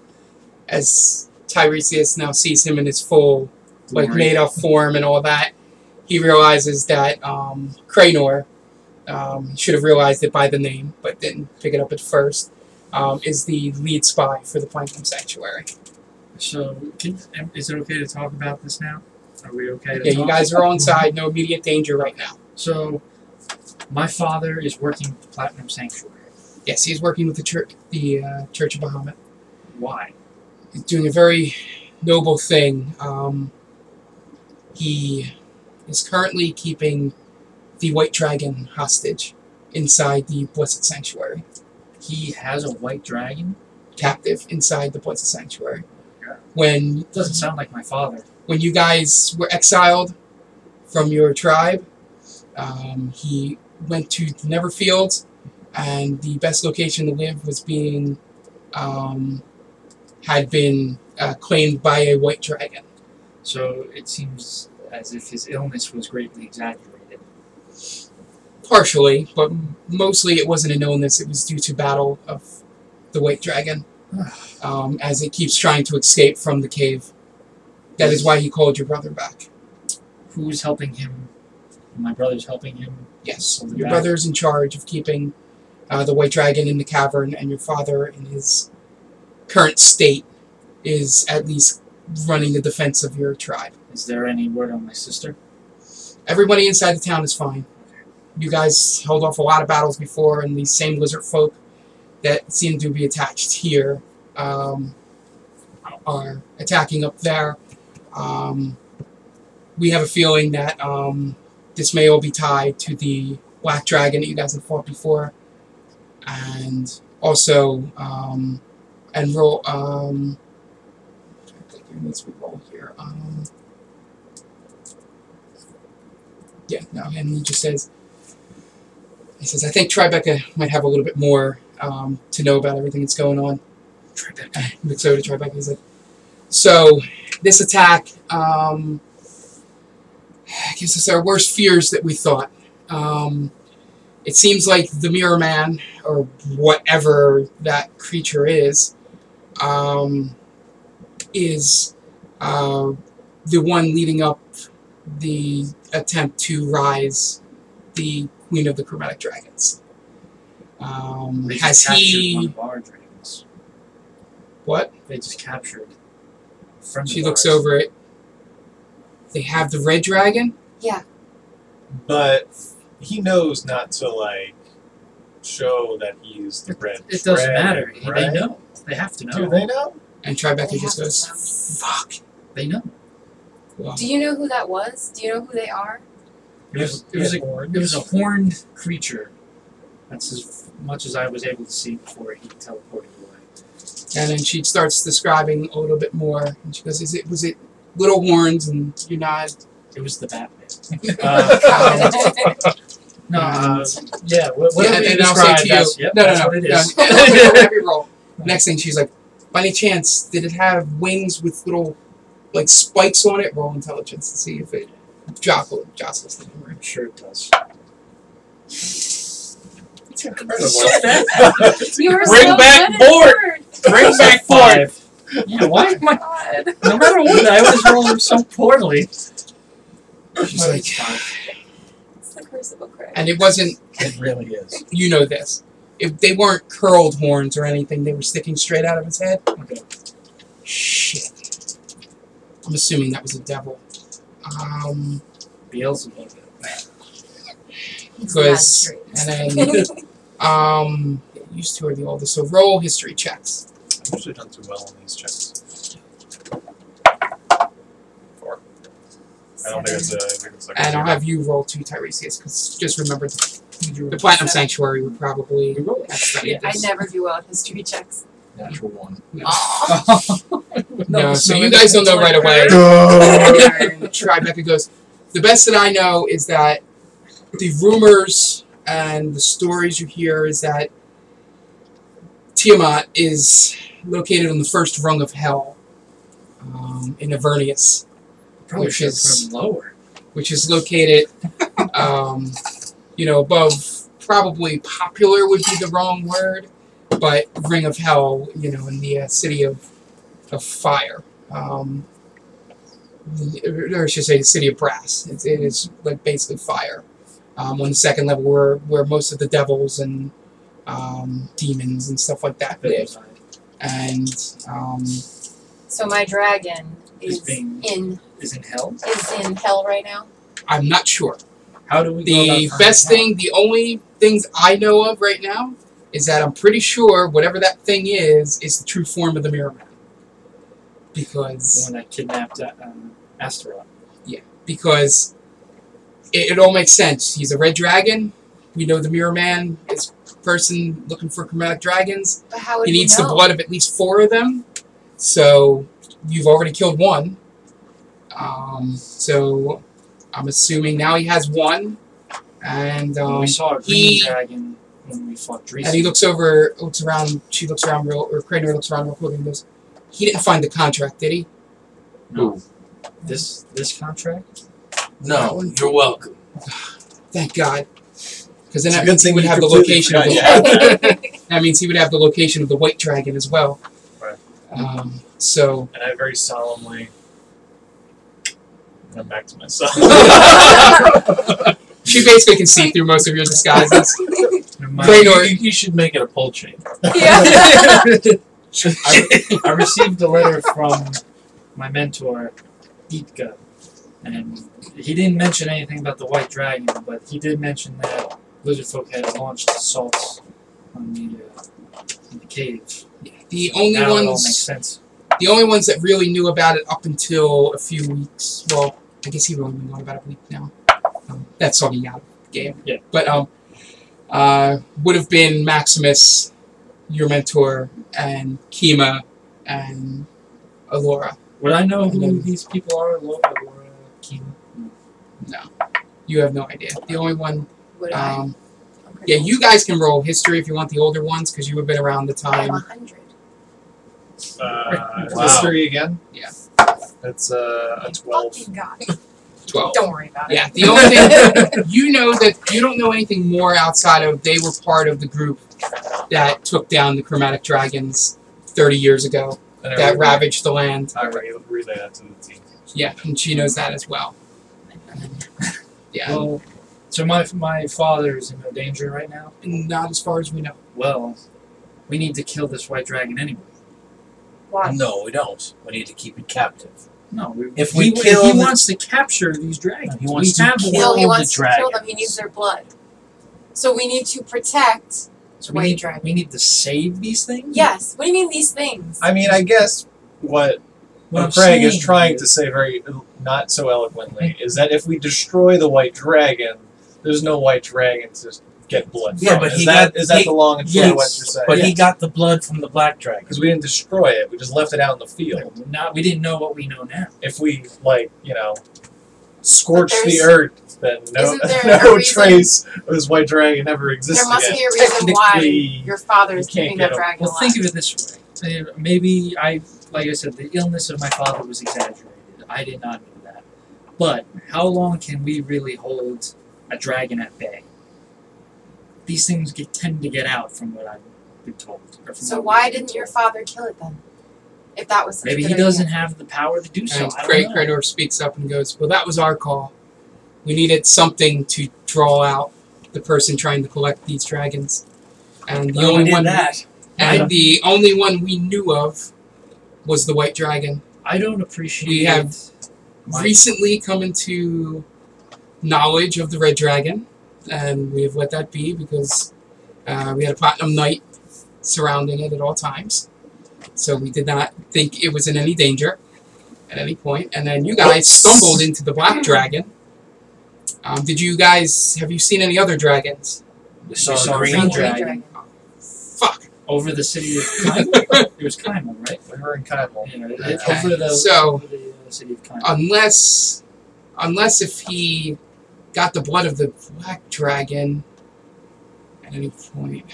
as Tiresias now sees him in his full, like
Glory.
made up form and all that, he realizes that um, Cranor, um, should have realized it by the name, but didn't pick it up at first, um, is the lead spy for the Plankton Sanctuary.
So, can, am- is it okay to talk about this now? Are we okay? To
Yeah, you
talk?
guys are all inside, no immediate danger right now.
So, my father is working with the Platinum Sanctuary.
Yes, he's working with the church, the uh, Church of Bahamut.
Why?
He's doing a very noble thing. Um, he is currently keeping the White Dragon hostage inside the Blessed Sanctuary,
He has a white dragon.
captive inside the Blessed Sanctuary.
Yeah.
When
Doesn't sound like my father.
when you guys were exiled from your tribe, um, he went to Neverfield, and the best location to live was being um, had been uh, claimed by a White Dragon.
So it seems as if his illness was greatly exaggerated.
Partially, but mostly it wasn't an illness. It was due to battle of the White Dragon, um, as it keeps trying to escape from the cave. That is why he called your brother back.
Who's helping him? My brother's helping him.
Yes,
Hold him
your
back.
brother is in charge of keeping uh, the White Dragon in the cavern, and your father, in his current state, is at least running the defense of your tribe.
Is there any word on my sister?
Everybody inside the town is fine. You guys held off a lot of battles before, and these same lizard folk that seem to be attached here um, are attacking up there. Um, we have a feeling that um, this may all be tied to the black dragon that you guys have fought before, and also um, and roll. Um, I think there needs to be roll here. Um, yeah, no, and he just says, he says, I think Tribeca might have a little bit more um, to know about everything that's going on. Tribeca. Looks over to Tribeca. He's like, so this attack um, gives us our worst fears that we thought. Um, it seems like the Mirror Man, or whatever that creature is, um, is uh, the one leading up the attempt to rise the Queen of the Chromatic Dragons. Um,
They
has
just captured one
he
of our dragons.
what?
They just captured. a friend
She
of
looks
ours.
over it. They have the red dragon.
But he knows not to like show that he's the red.
It doesn't
dragon,
matter.
right?
They know. They have to know.
Do they know?
And Tribeca
They
just
have to
goes, "Fuck."
They know.
Well,
Do you know who that was? Do you know who they are?
It was, it, was a, it was a horned creature. That's as much as I was able to see before he teleported away.
And then she starts describing a little bit more. And she goes, "Is it was it little horns and you nod?"
It was the Batman. Uh, no, uh, yeah. wha-
Yeah,
Whatever
and
you
then I'll say
describe,
to you,
that's, yep,
no, no,
that's
no,
what it
no,
is.
no, no, every roll. Next thing, she's like, "By any chance, did it have wings with little like spikes on it?" Roll intelligence to see if it jostle, jostles the memory.
I'm sure it does.
You were
Bring
so
back
good at
Bort!
Bort.
Bring back forward.
Five. Yeah, why? am I-
God.
No matter what, I always roll them so poorly.
She's like,
It's the curse of a crab.
and it wasn't
It really is.
you know this. If they weren't curled horns or anything, they were sticking straight out of his head.
Okay.
Shit. I'm assuming that was a devil. Um,
Beelzebub.
It's
because-
not
and
straight.
then, um, used to are the oldest. So roll history checks.
I've usually done too well on these checks. Four. I don't think it's a. I think it's like a
And I'll
zero.
have you roll two Tiresias, because just remember the Platinum Sanctuary would probably have studied
I
this.
never do well at history checks.
Natural one.
Aw.
No, so you guys don't know right away. Tribeca goes, The best that I know is that the rumors and the stories you hear is that Tiamat is located on the first rung of hell um, in Avernius,
Probably
Which
should have
is-
put him lower.
which is located, um, you know, above probably popular would be the wrong word, but ring of hell, you know, in the uh, city of, of fire. Um, or I should say, city of brass. It's, it is like basically fire. Um, on the second level, where where most of the devils and um, demons and stuff like that
That
live,
was fine.
and um,
So my dragon
Is
is
being-
in
Is in hell.
is in hell right now.
I'm not sure.
How do we? go about
The
finding
best
out?
thing, the only things I know of right now, is that I'm pretty sure whatever that thing is is the true form of the Mirror Man.
The
Because
one that kidnapped uh, um, Astaroth.
because it, it all makes sense. He's a red dragon. We know the Mirror Man is a person looking for chromatic dragons.
But how would
He
we
needs
know?
the blood of at least four of them. So you've already killed one. Um, so I'm assuming now he has one. And um,
we saw a green
he-
dragon when we fought Dreesen.
And he looks over, looks around. She looks around real, or Craner looks around real quick and goes, "He didn't find the contract, did he?"
No. This this contract.
No, you're welcome.
Thank God, because then
It's a
that
good
means he
thing
would
you
have the
completely
location of the.
forgot,
that means he would have the location of the White Dragon as well.
Right.
Um, so
And I very solemnly went back to myself.
she basically can see through most of your disguises.
You,
Great or-
you should make it a pull chain.
Yeah.
I received a letter from my mentor, Itka, And he didn't mention anything about the white dragon, but he did mention that lizard folk had launched assaults on the uh, in the cave.
The only
now it all makes
ones,
sense.
the only ones that really knew about it up until a few weeks. Well, I guess he really only known about it a week now. Um, that's all he got. Game.
Yeah.
But um, uh, would have been Maximus, your mentor, and Kima, and Alora.
Would I know who
Mhm.
these people are? Laura, Laura Kima?
You have no idea. The only one.
Would I?
Um, yeah, you guys can roll history if you want the older ones because you have been around the
I have
time.
100.
Uh,
Wow.
History again?
Yeah.
That's uh, a 12.
Fucking God.
Twelve.
Don't worry about
Oh. Yeah,
it.
the only thing you know that you don't know anything more outside of they were part of the group that took down the chromatic dragons 30 years ago
And
that
everyone-
ravaged the land.
I re- relay that to the team.
Yeah, and she knows that as well. Yeah,
Well, so my my father is in no danger right now.
not as far as we know.
Well, we need to kill this white dragon anyway.
Why?
No, we don't. We need to keep it captive.
No, we,
If
he,
we
w-
kill
he
the-
wants to capture these dragons.
He wants
we
to
have
kill
one
No, he
the
wants to kill them. He
dragons.
needs their blood. So we need to protect.
So
White
we need,
dragon.
we need to save these things.
Yes. What do you mean these things?
I mean, I guess what
What I'm
Craig is
saying
trying to say very not so eloquently is that if we destroy the white dragon, there's no white dragon to get blood.
Yeah,
from.
but
is
he
that
got-
is that
he-
the long and short of what
yes,
you're saying?
But he got the blood from the black dragon.
because we didn't destroy it, we just left it out in the field.
We're Not we didn't know what we know now.
If we like, you know, scorch
But
the
there's-
earth, then no,
isn't there a
no
reason-
trace of this white dragon ever existed.
there must
again.
be a reason why
Technically,
your father is
you can't
keeping
get
that
a-
dragon
Well,
alive.
think of it this way. Uh, Maybe I, like I said, the illness of my father was exaggerated. I did not know that. But how long can we really hold a dragon at bay? These things get, tend to get out, from what I've been told. or from
so
what
why
we've been
didn't your
told.
father kill it then? If that was such a
Maybe he
good idea.
doesn't have the power to do so.
And
I don't
Great
know.
Credor speaks up and goes, Well, that was our call. We needed something to draw out the person trying to collect these dragons. And the
Well, we
only
did
one
that.
and
Right.
the only one we knew of was the White Dragon.
I don't appreciate.
We have
my-
recently come into knowledge of the Red Dragon, and we have let that be because uh, we had a platinum knight surrounding it at all times. So we did not think it was in any danger at any point. And then you guys stumbled into the Black Dragon. Um, did you guys have you seen any other dragons?
We saw,
We saw
a green,
green
dragon.
dragon.
Fuck.
over the city of Kaimon. it was Kaimon, right?
we were in Kaimal.
You know,
Okay.
it- over the,
So-
over the uh, city of Kaimon.
unless unless if he got the blood of the Black Dragon at any point.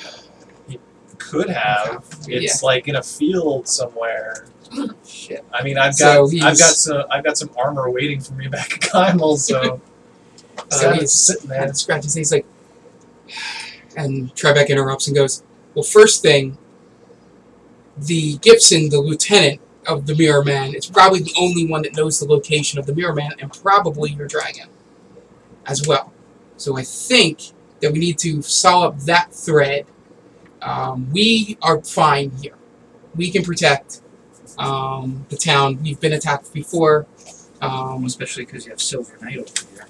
Could have. It's like in a field somewhere.
Shit.
I mean, I've
So
got I've
he's-
got some I've got some armor waiting for me back at Kaimal,
So
so so
he's-
he's sitting there.
And scratches. He's like, and Trebek interrupts and goes, "Well, first thing, the Gibson, the lieutenant of the Mirror Man, is probably the only one that knows the location of the Mirror Man, and probably your dragon, as well. So I think that we need to solve up that thread. Um, we are fine here. We can protect um, the town. We've been attacked before." Um,
especially because you have Silver Knight over here.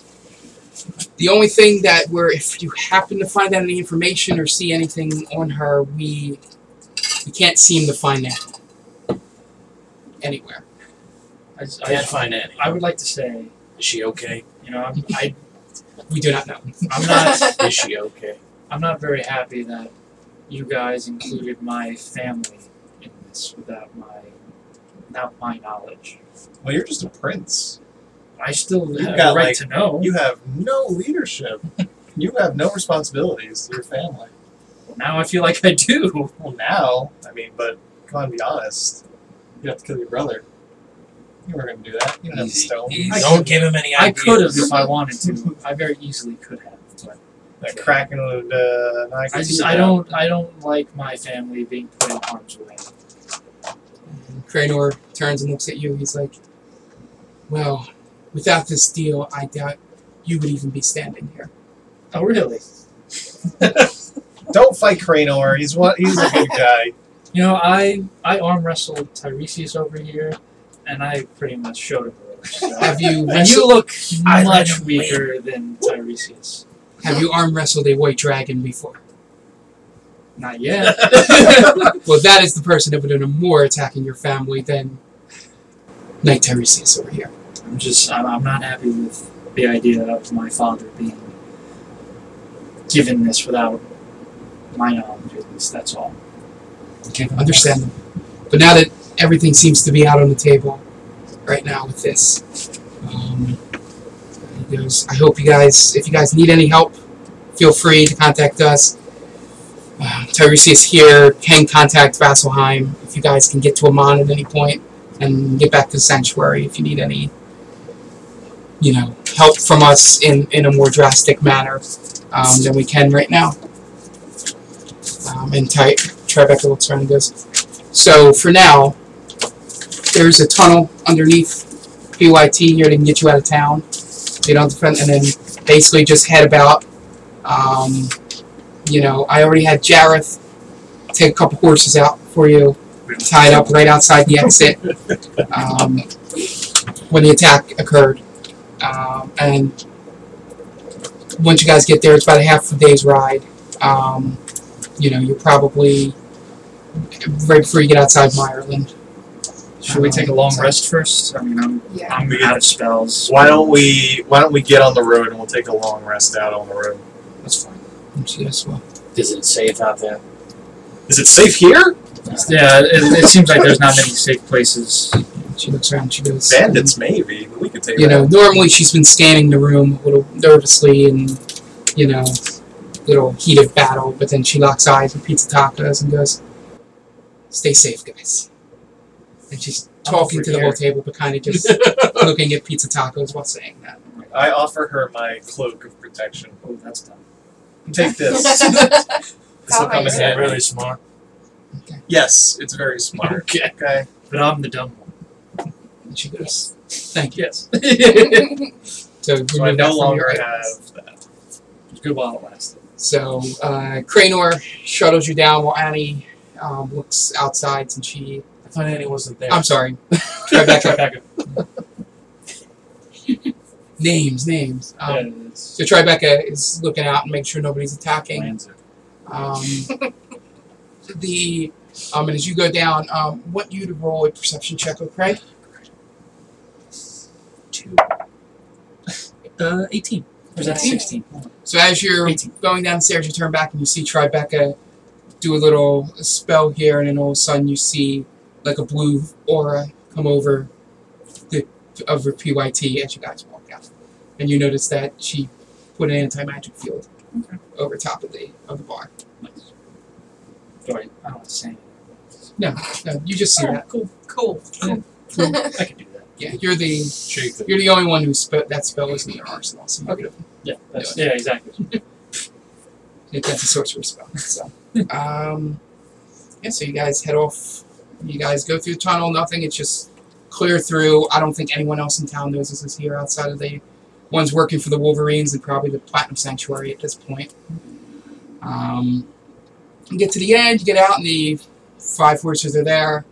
the only thing that we're, if you happen to find out any information or see anything on her, we we can't seem to find that anywhere.
I, s- I-
Can't find any.
I would like to say,
Is she okay?
you know, I'm, I,
We do not know.
I'm not,
Is she okay?
I'm not very happy that you guys included my family in this without my, without my knowledge.
Well, you're just a prince.
I still
You've
have
got,
the right
like,
to know.
You have no leadership. you have no responsibilities to your family.
now I feel like I do.
Well, now, I mean, but come on, be honest. You have to kill your brother. You were going to do that. You don't have the
Easy,
stone.
easy.
I
Don't
could-
give him any
I
ideas.
could have if I wanted to. I very easily could have, but
That cracking would uh, knock
I
your
just
teeth
I
out.
don't I don't like my family being put in harm's way.
Cranor turns and looks at you. He's like, "Well, without this deal, I doubt you would even be standing here."
Oh really?
Don't fight Cranor. He's one. He's a good guy.
You know I I arm wrestled Tiresias over here, and I pretty much showed him. the ropes.
Have you
And you
wrestled,
look
I
much
don't
weaker than Tiresias.
have you arm wrestled a white dragon before?
Not yet.
Well, that is the person that would have done more attacking your family than Knight Tiresias over here.
I'm just, I'm, I'm not happy with the idea of my father being given this without my knowledge, at least. That's all.
Okay, understandable. But now that everything seems to be out on the table right now with this, um, there's, I hope you guys, if you guys need any help, feel free to contact us. Uh, Tiresias here can contact Vasselheim if you guys can get to Amon at any point and get back to the sanctuary if you need any, you know, help from us in, in a more drastic manner um, than we can right now. Um, and Ty- Tribeca looks around and goes, So for now, there's a tunnel underneath PYT here that can get you out of town. You know, and then basically just head about. Um, you know, I already had Jareth take a couple horses out for you, tied up right outside the exit um, when the attack occurred. Um, and once you guys get there, it's about a half a day's ride. Um, you know, you're probably right before you get outside Ireland.
Should we take a long rest first? I mean, I'm,
Yeah.
I'm out of spells.
Why don't we Why don't we get on the road and we'll take a long rest out on the road?
That's fine.
Yes, well,
Is it safe out there?
Is it safe here?
Yeah, it, it seems like there's not many safe places.
she looks around. She goes,
Bandits, maybe, but we could take.
You
that.
know, normally she's been scanning the room a little nervously and, you know, little heat of battle. But then she locks eyes with Pizza Tacos and goes, "Stay safe, guys." And she's
I'm
talking
over
to the
here.
whole table, but kind of just looking at Pizza Tacos while saying that.
I offer her my cloak of protection.
Oh, that's done.
Take this.
This will come in
Alright.
handy. Really smart.
yes, it's very smart.
Okay.
Okay.
But I'm the dumb one.
And she goes, "Thank you."
Yes.
So,
So I
remove that
no
from
longer
your
have
items.
that.
Good while it lasted.
So uh, Cranor shuttles you down while Annie um, looks outside and she.
I thought Annie wasn't there.
I'm sorry. Tribeca.
Tribeca.
names, names. Um,
Yeah, it's-
So Tribeca is looking out and make sure nobody's attacking.
Lands it.
Um, the um, and as you go down, um, want you to roll a perception check, okay?
Two. Uh, 18. Or is that 16?
So as you're
Eighteen.
going downstairs, you turn back and you see Tribeca do a little spell here, and then all of a sudden you see like a blue aura come over the over PYT as you guys walk out, and you notice that she put an anti magic field over top of the of the bar.
Nice. Do I, I don't have to say anything.
No, no, you just see
Oh,
that.
cool, cool. I can do that.
Yeah, you're the
Shake the
you're the only one who spe- that spell is in your arsenal, so you could have
Yeah, that's, yeah, exactly.
that's a sorcery spell. So, um, yeah. So you guys head off. You guys go through the tunnel. Nothing. It's just clear through. I don't think anyone else in town knows this is here outside of the ones working for the Wolverines and probably the Platinum Sanctuary at this point. Um, you get to the end. You get out, and the five horses are there.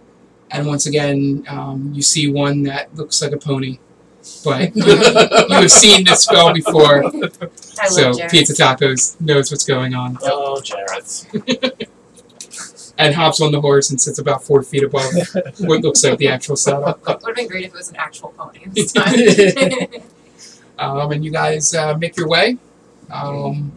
And once again, um, you see one that looks like a pony, but you have seen this spell before
I
so
love Jared.
Pizza Tacos knows what's going on
Oh, Jareth.
and hops on the horse and sits about four feet above what looks like the actual saddle.
Would have been great if it was an actual pony. It's fine.
Um, and you guys uh, make your way. Um,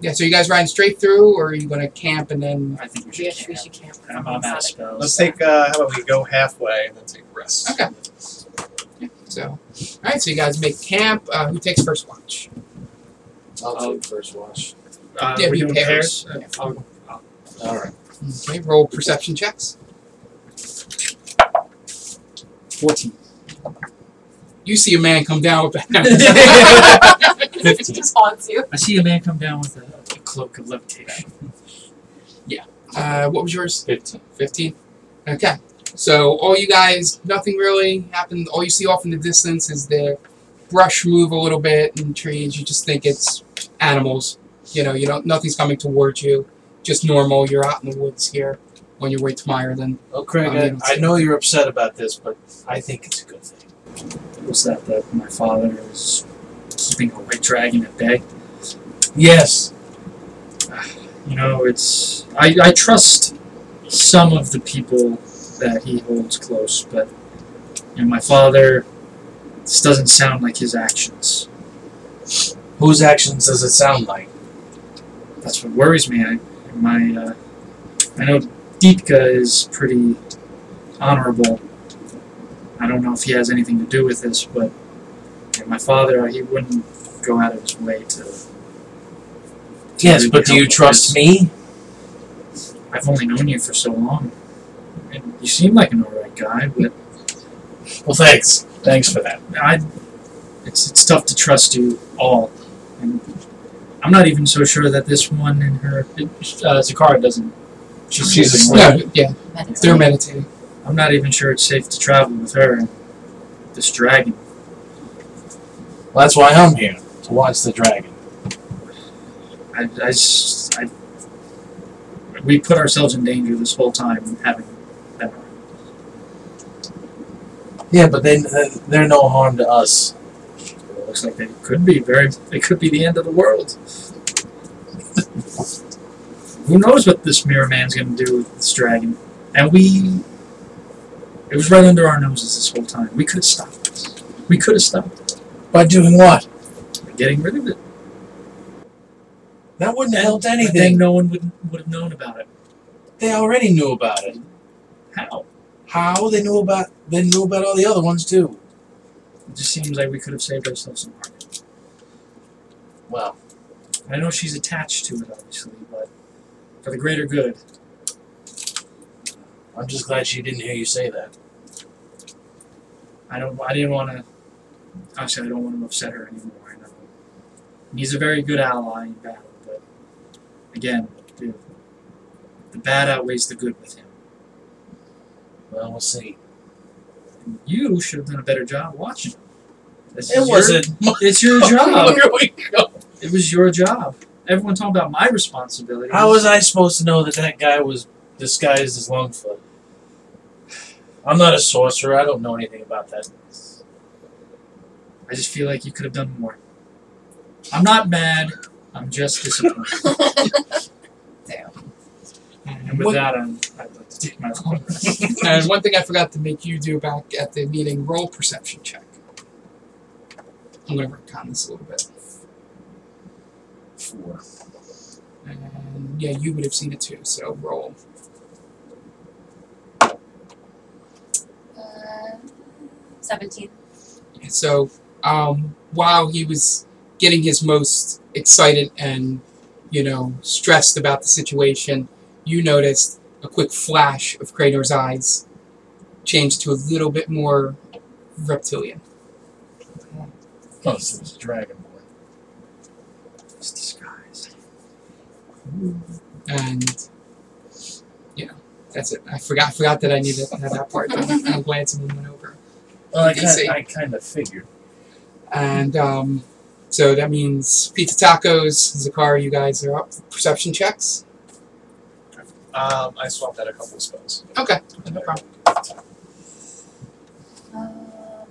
yeah, so you guys riding straight through, or are you going to camp and then?
I think we should.
we should, we
camp.
should camp.
I'm, I'm out of
Let's
spells.
take. Uh, how about we go halfway and then take rest?
Okay. So, all right. So you guys make camp. Uh, who takes first watch?
I'll
Oh.
take first watch.
Uh,
Yeah,
we
do
doing
pairs. Oh,
pairs? Uh, I'll-
All right.
Okay, roll perception checks.
14.
You see a man come down with that.
it just haunts you.
I see a man come down with a, a cloak of levitation.
uh, what was yours?
15.
15. Okay. So all you guys, nothing really happened. All you see off in the distance is the brush move a little bit and trees. You just think it's animals. You know, you don't nothing's coming towards you. Just normal. You're out in the woods here on your way to Ireland.
Oh, Craig,
I mean,
I, I know you're upset about this, but I think it's a good thing.
was that the, my father is keeping a red dragon at bay.
Yes.
You know, it's I, I trust some of the people that he holds close, but you know, my father. This doesn't sound like his actions.
Whose actions does it sound like?
That's what worries me. I my uh, I know Deepka is pretty honorable. I don't know if he has anything to do with this, but you know, my father he wouldn't go out of his way to. to
Yes,
really
but do
help
you
with this.
trust me?
I've only known you for so long. And you seem like an alright guy, but
Well, thanks. Thanks for that.
I, it's, it's tough to trust you all. And I'm not even so sure that this one and her, uh, Zakara doesn't. She's,
She's
sleeping,
asleep.
right?
No, yeah, they're meditating.
I'm not even sure it's safe to travel with her and this dragon.
Well, that's why I'm here to watch the dragon.
I, I s- I- we put ourselves in danger this whole time having them. around.
Yeah, but they they're no harm to us.
It looks like they could be very. It could be the end of the world. Who knows what this mirror man's going to do with this dragon? And we. It was right under our noses this whole time. We could have stopped this. We could have stopped it
By doing what?
by getting rid of it.
That wouldn't have helped
But then
anything.
no one would would have known about it.
They already knew about it.
How?
How they knew about they knew about all the other ones too.
It just seems like we could have saved ourselves some harm.
Well,
I know she's attached to it, obviously, but for the greater good.
I'm just glad she didn't hear you say that.
I don't. I didn't want to. Actually, I don't want to upset her anymore. I know. He's a very good ally in battle, but again, the, the bad outweighs the good with him.
Well, we'll see.
And you should have done a better job watching. him. This is
It wasn't my
Your, it's your job.
Here we go.
It was your job. Everyone talking about my responsibility.
How was I supposed to know that that guy was disguised as Longfoot? I'm not a sorcerer. I don't know anything about that.
I just feel like you could have done more. I'm not mad. I'm just disappointed. And with
What-
that, I'm, I'd like to take my long rest.
And one thing I forgot to make you do back at the meeting: roll perception check. I'm gonna work on this a little bit.
Four.
And yeah, you would have seen it too. So roll.
Uh, 17.
So um, while he was getting his most excited and you know stressed about the situation, you noticed a quick flash of Krator's eyes change to a little bit more reptilian.
Oh, so it's Dragonborn.
It's disguised.
and yeah, that's it. I forgot. I forgot that I needed to have that part. Done. I'm glad someone went over.
Well, I
You
kind,
see.
I kind of figured.
And um, so that means pizza tacos, Zakar. You guys are up. for Perception checks.
Um, I swapped out a couple of spells.
Okay.
And there.
Um,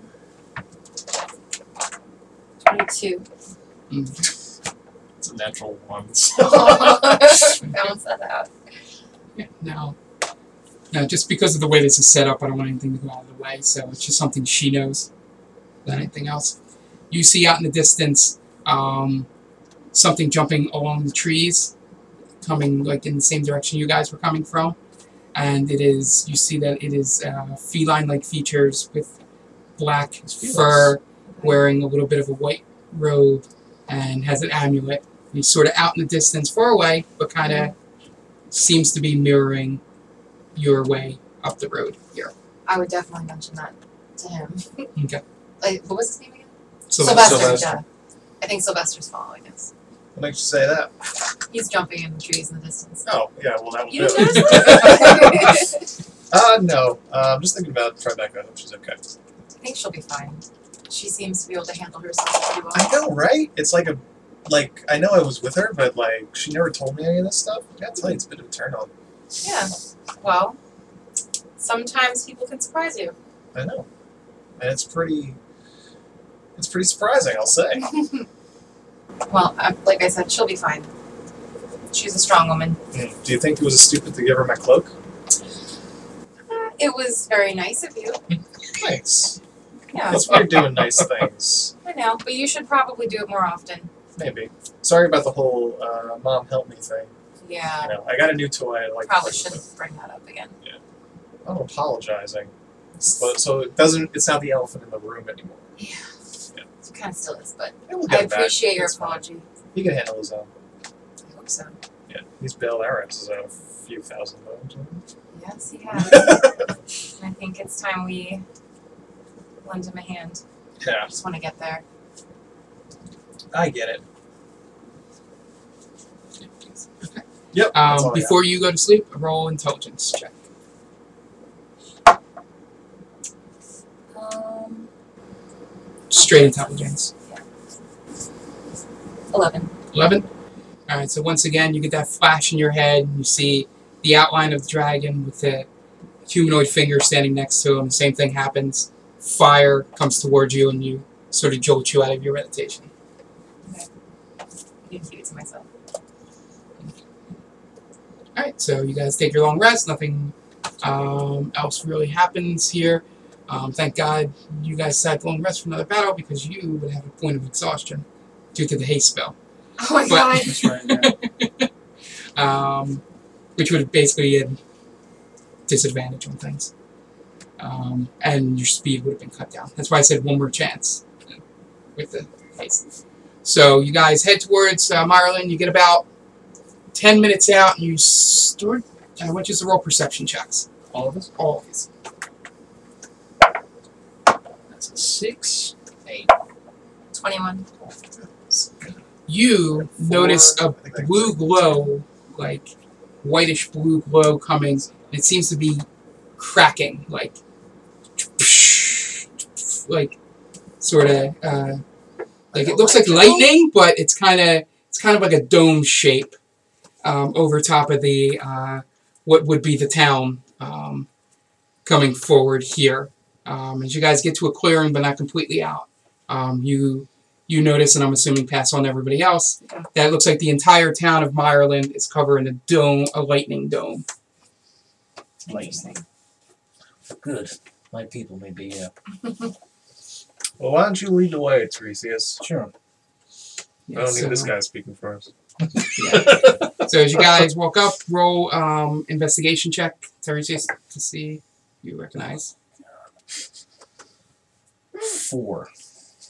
22.
It's a natural one.
Balance that out.
Yeah, now, now, just because of the way this is set up, I don't want anything to go out of the way. So it's just something she knows than anything else. You see out in the distance um, something jumping along the trees, coming like in the same direction you guys were coming from, and it is you see that it is uh, feline-like features with black fur, wearing a little bit of a white robe, and has an amulet. He's sort of out in the distance, far away, but kind of seems to be mirroring your way up the road here.
I would definitely mention that to him.
Okay.
Like, what was his name again?
So
Sylvester.
I think Sylvester's following us.
What makes you say that?
He's jumping in the trees in the distance.
Oh, yeah, well, that will
You know?
do it. Uh, no. Uh, I'm just thinking about Tribeca. I hope she's okay.
I think she'll be fine. She seems to be able to handle herself pretty well.
I know, right? It's like a, like I know I was with her, but like she never told me any of this stuff. I gotta tell you, it's a bit of a turn on.
Yeah.
Well, sometimes people can surprise you.
I know. and it's pretty. It's pretty surprising, I'll say.
Well, I, like I said, she'll be fine. She's a strong woman.
Do you think it was stupid to give her my cloak?
Uh, It was very nice of you.
Thanks.
Yeah,
That's weird doing nice things.
I know, but you should probably do it more often.
Maybe. Sorry about the whole uh, mom help me thing. You
Yeah,
know, I got a new toy. I like. to
probably
play with
shouldn't bring that up again.
it. I'm apologizing. So, so it doesn't. It's not the elephant in the room anymore.
It kind of still is, but
Yeah, we'll
I
get it back.
appreciate your
It's fine.
apology.
He can handle his own.
I hope so.
Yeah, he's bailed our asses out a few thousand times.
Yes, he has. And I think it's time we lend him a hand. I
yeah,
just want to get there.
I get it. Yep. that's all
Um,
I got.
before you go to sleep, roll intelligence check.
Um,
Straight intelligence.
eleven.
11. Alright, so once again, you get that flash in your head, and you see the outline of the dragon with the humanoid finger standing next to him. Same thing happens. Fire comes towards you, and you sort of jolt you out of your meditation.
I didn't keep it to myself.
All right, so you guys take your long rest. Nothing um, else really happens here. Um, thank God you guys sat long rest for another battle because you would have a point of exhaustion due to the haste spell,
Oh my
But-
god.
That's right. Yeah.
um, which would basically had disadvantage on things, um, and your speed would have been cut down. That's why I said one more chance with the haste. So you guys head towards uh, Ireland. You get about ten minutes out, and you start. uh, I want you to roll perception checks.
All of us?
All of these.
That's a six.
Twenty-one.
you notice a
I think that's
blue glow, like whitish blue glow coming. And it seems to be cracking, like, like sort of, uh, like it looks like lightning, but it's kind of it's kind of like a dome shape um, over top of the uh, what would be the town um, coming forward here. Um, as you guys get to a clearing, but not completely out, um, you you notice, and I'm assuming pass on everybody else,
Okay.
that it looks like the entire town of Meyerland is covered in a dome, a lightning dome.
Interesting.
Good. My people may be uh,
Well, why don't you lead the way, Tiresias?
Sure.
I don't
so,
need this guy speaking for us.
so as you guys walk up, roll um, investigation check, Tiresias, to see if you recognize.
Four.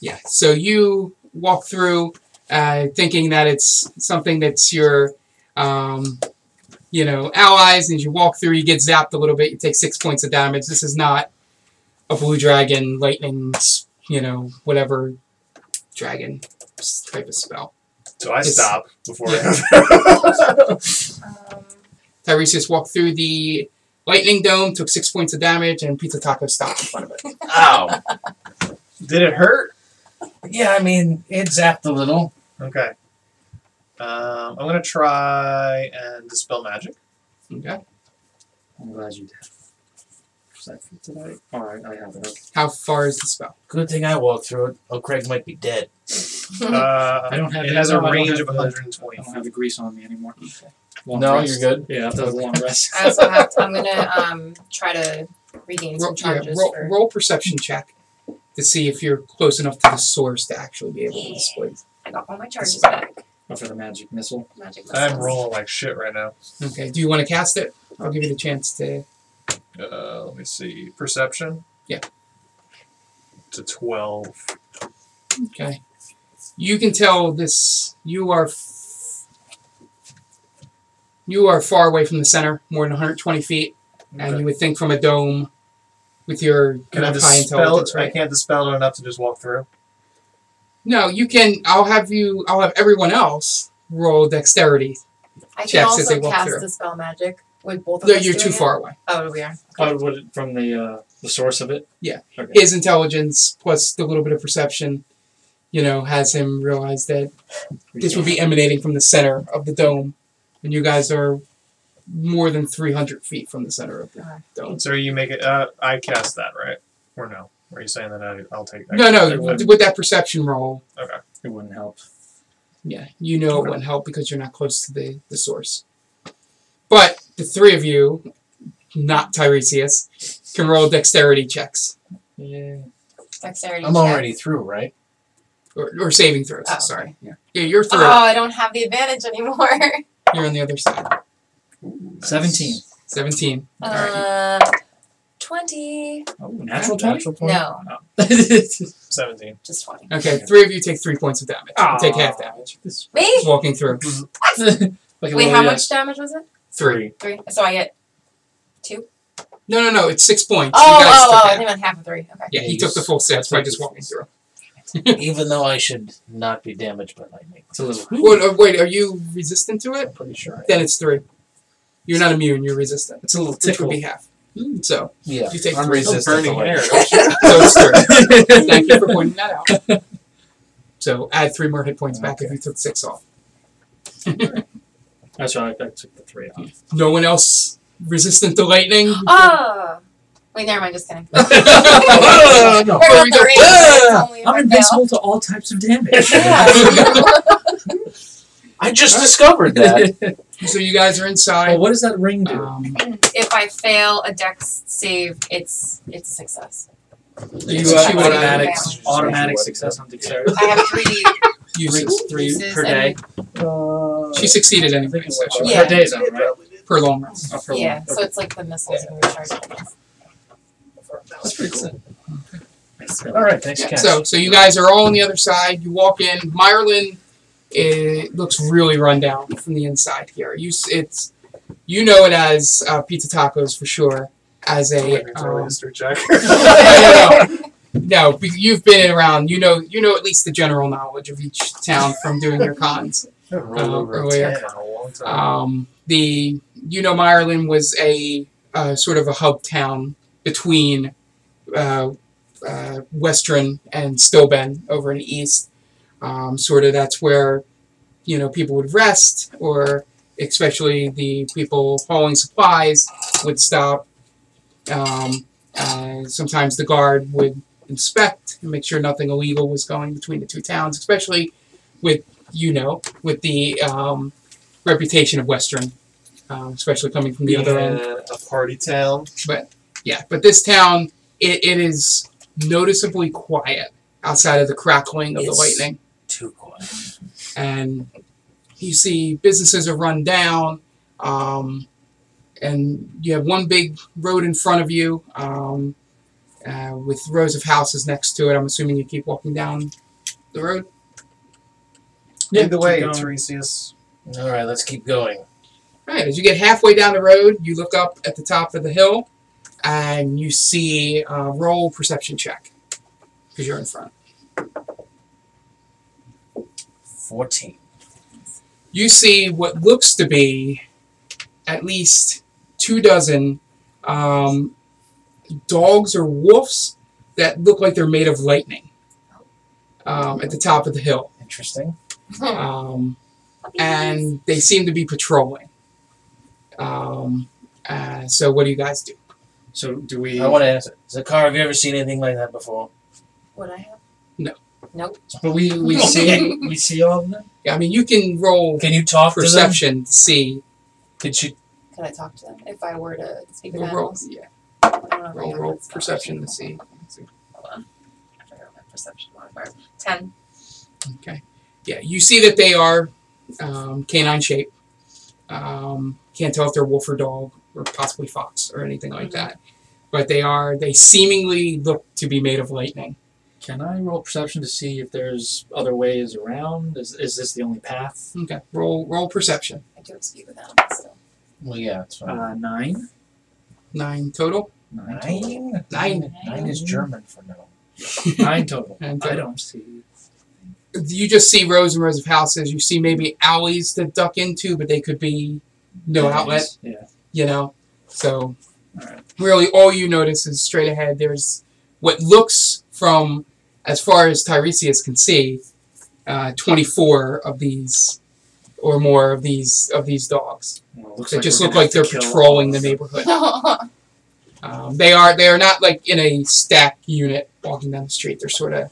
Yeah. So you walk through, uh, thinking that it's something that's your, um, you know, allies. And as you walk through, you get zapped a little bit. You take six points of damage. This is not a blue dragon, lightning, s- you know, whatever dragon s- type of spell.
So I
It's-
stop before.
Yeah.
Um,
Tyrese just walked through the lightning dome, took six points of damage, and Pizza Taco stopped in front of it.
Ow! Did it hurt?
Yeah, I mean, it zapped a little.
Okay. Um, I'm gonna try and dispel magic.
Okay.
I'm glad you did. Was that for tonight? All right, I have it. Okay.
How far is the spell?
Good thing I walked through it. Oh, Craig might be dead.
Uh,
I don't have
it
that-
has
no,
a
I don't
range
have
of
the- I
120
don't have the grease on me anymore. Long
No,
rest.
you're good.
Yeah, that was a long rest.
I also have. To, I'm gonna um try to regain
Roll,
some
yeah,
charges
roll,
for.
roll perception check to see if you're close enough to the source to actually be able to display. it.
I got all my charges
Spell.
back.
Oh, for the magic missile.
Magic
I'm
missiles.
rolling like shit right now.
Okay. Do you want to cast it? I'll give you the chance to.
Uh, let me see. Perception.
Yeah.
To 12.
Okay. You can tell this. You are. f- You are far away from the center, more than 120 feet, and you would think from a dome, with your
Can
kind
I
of high
dispel it?
intelligence,
I
right?
can't dispel it enough to just walk through.
No, you can. I'll have you. I'll have everyone else roll dexterity.
I can
checks as
also
they walk
cast
through.
the spell magic with both of
No,
us
you're
doing
too
it.
far away.
Oh, we are.
Oh, would it, from the uh, the source of it.
Yeah.
Okay.
His intelligence plus the little bit of perception, you know, has him realize that this would be emanating from the center of the dome, and you guys are more than 300 feet from the center of the dome.
So you make it. Uh, I cast that right, or no?
Or are you saying that I, I'll take? I
No, no,
It wouldn't,
with that perception roll,
it wouldn't help.
yeah, you know it wouldn't help because you're not close to the, the source. But the three of you, not Tiresias, can roll dexterity checks.
Dexterity.
I'm
check.
already through, right?
Or, or saving throws,
Oh,
sorry. Yeah. yeah, you're through.
Oh, I don't have the advantage anymore.
You're on the other side.
Seventeen.
17. Alright.
Uh, twenty.
Oh, natural twenty.
Natural point?
No,
Seventeen.
just twenty.
Okay, three of you take three points of damage. You Take half damage.
This-
Me?
Walking through.
Mm-hmm. like a
Wait,
little
how
uh,
yes.
much damage was it?
Three.
Three. So I get.
No, no, no, it's six points.
Oh,
you guys
oh,
took
oh! I
half.
think I'm half of three. Okay.
Yeah, he
Yeah,
took the
you
full six
that's
by
what
just
you-
walking through.
Even though I should not be damaged by lightning.
It's a little.
Wait, uh, wait, are you resistant to it?
I'm pretty sure. I
Then it's three. You're not immune. You're resistant.
It's a little
Which would
tickle.
be half. So
Yeah.
you take
I'm
three.
resistant
burning
to lightning.
hair.
So it's three. Thank you for pointing that out. So add three more hit points back if you took six off.
That's right. I took the three off.
No one else resistant to lightning.
Oh. Wait, never mind. Just kidding. We're
Oh, no.
not
There we go.
the rating, it's only if I
I'm
fail.
invincible to all types of damage.
Yeah.
I just discovered that.
So you guys are
Oh, Well,
inside.
what does that ring
Uh,
do?
Um,
if I fail a dex save, it's it's a success.
you
It's
uh,
two
you
automatic,
automatic
advantage.
automatic success on dexterity.
I have three
uses.
Three
uses
per
and-
day.
She succeeded anyway, so she-
Yeah.
Per day, though, right?
per long rest.
Not for
Yeah,
long.
so it's like the missiles and recharge.
That's pretty cool.
All right, thanks,
Yeah,
Cass.
so so you guys are all on the other side. You walk in. Meyerlin, it looks really run down from the inside here. You s- it's you know it as uh, pizza tacos for sure. As a um,
history check.
no, no, no. No, be- you've been around. You know you know at least the general knowledge of each town from doing your cons.
Uh-huh,
Roll over a
earlier.
10 in a long time.
Um, the you know Meyerlin was a uh, sort of a hub town between uh, uh, Western and Stillben over in the east. Um, sort of that's where you know people would rest, or especially the people hauling supplies would stop. Um, uh, sometimes the guard would inspect and make sure nothing illegal was going between the two towns, especially with you know with the um, reputation of Western, um, especially coming from the other end.
Yeah, uh, a party town.
Yeah, but this town, it, it is noticeably quiet outside of the crackling of
It's-
the lightning.
Too quiet.
And you see businesses are run down, um, and you have one big road in front of you um, uh, with rows of houses next to it. I'm assuming you keep walking down the road.
Yeah,
Either way,
keep going.
Tiresias.
All right, let's keep going.
All right, as you get halfway down the road, you look up at the top of the hill and you see uh, roll perception check because you're in front.
14.
you see what looks to be at least two dozen um, dogs or wolves that look like they're made of lightning um, at the top of the hill.
Interesting.
Um, and they seem to be patrolling. Um, uh, so, what do you guys do?
So do we?
I want to ask Zakar, have you ever seen anything like that before?
What I have?
But we we see we see all of them.
Yeah, I mean, you can roll
Can you talk
perception to see.
to them? Did you?
Could I talk to them if I were to speak with
Roll, roll,
animals?
yeah,
I don't know if I
roll,
have
roll
that stuff.
perception to see.
Hold on. I forgot my perception modifier. Ten.
Okay. Yeah, you see that they are um, canine shape. Um, can't tell if they're wolf or dog or possibly fox or anything like that. But they are, they seemingly look to be made of lightning.
Can I roll perception to see if there's other ways around? Is is this the only path?
Okay. Roll roll perception.
I do speak with animals, so.
Well, yeah, it's fine.
Uh, nine.
Nine total.
Nine. total.
Nine?
Nine.
Nine is German for no.
Nine total.
Nine
I
total.
don't see.
You just see rows and rows of houses. You see maybe alleys to duck into, but they could be no outlet,
Yeah.
you know? So
Alright.
really all you notice is straight ahead there's what looks from as far as Tiresias can see uh, 24 of these or more of these of these dogs
Well, it looks
they
like
just
we're
look
gonna
like they're
have to kill
patrolling
all
the
of them.
neighborhood Um, they are they are not like in a stack unit walking down the street. They're sort of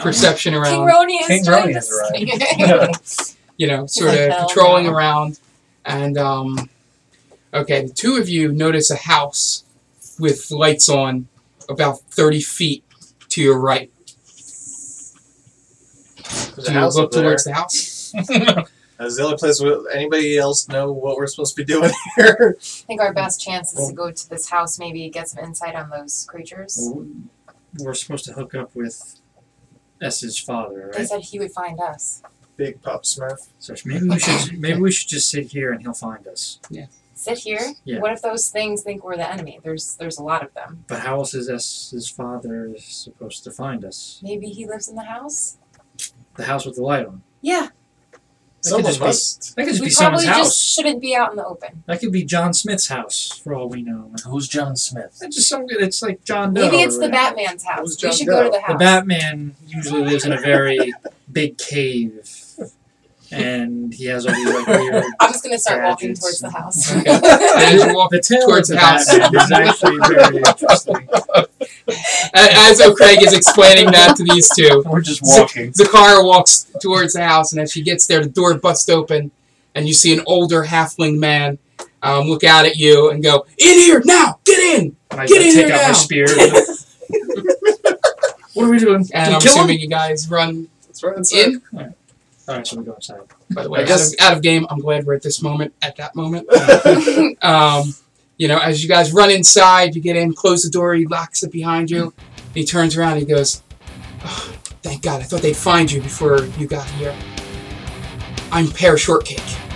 perception
King
around,
Rony
King
is doing
Rony
this
is
thing.
you know, sort
like
of
hell
patrolling
no.
around. And um, okay, the two of you notice a house with lights on about thirty feet to your right.
There's
Do
a
you
house
look
up there.
towards the house?
That's the only place. Where, anybody else know what we're supposed to be doing here?
I think our best chance is to go to this house, maybe get some insight on those creatures.
We're supposed to hook up with S's father,
They
right?
said he would find us.
Big Pop Smurf.
So maybe we should maybe we should just sit here and he'll find us.
Sit here.
Yeah.
What if those things think we're the enemy? There's there's a lot of them.
But how else is S's father supposed to find us?
Maybe he lives in the house.
The house with the light on.
Yeah,
That could
Someone
just be-
must.
That could just
we
be
probably
someone's
just
house.
shouldn't be out in the open.
That could be John Smith's house, for all we know.
Who's John Smith?
That's just some. It's like John Doe.
Maybe it's the
or-
Batman's
Who's
house. We
John
should go to
Doe?
the
The
house.
Batman usually lives in a very big cave, and he has all these like weird.
I'm just gonna start walking
Gadgets.
towards the house.
Okay. And as you walk
The tale
Towards
of
the
the
house.
Batman is actually very interesting.
A- As O'Craig is explaining that to these two,
We're just walking.
Zakara walks towards the house, and as she gets there, the door busts open, and you see an older halfling man um, look out at you and go, "In here now! Get in!"
And I
Get in
take
here
out
now.
my spear. what are we doing?
And
Did
I'm
we kill him?
assuming you guys run
Let's run inside.
in.
All right, so we go inside.
By the way,
I guess-
out, of, out of game. I'm glad we're at this moment. At that moment, um, you know, as you guys run inside, you get in, close the door, he locks it behind you. and he turns around, and he goes, "Oh, "Thank God! I thought they'd find you before you got here." I'm pear shortcake.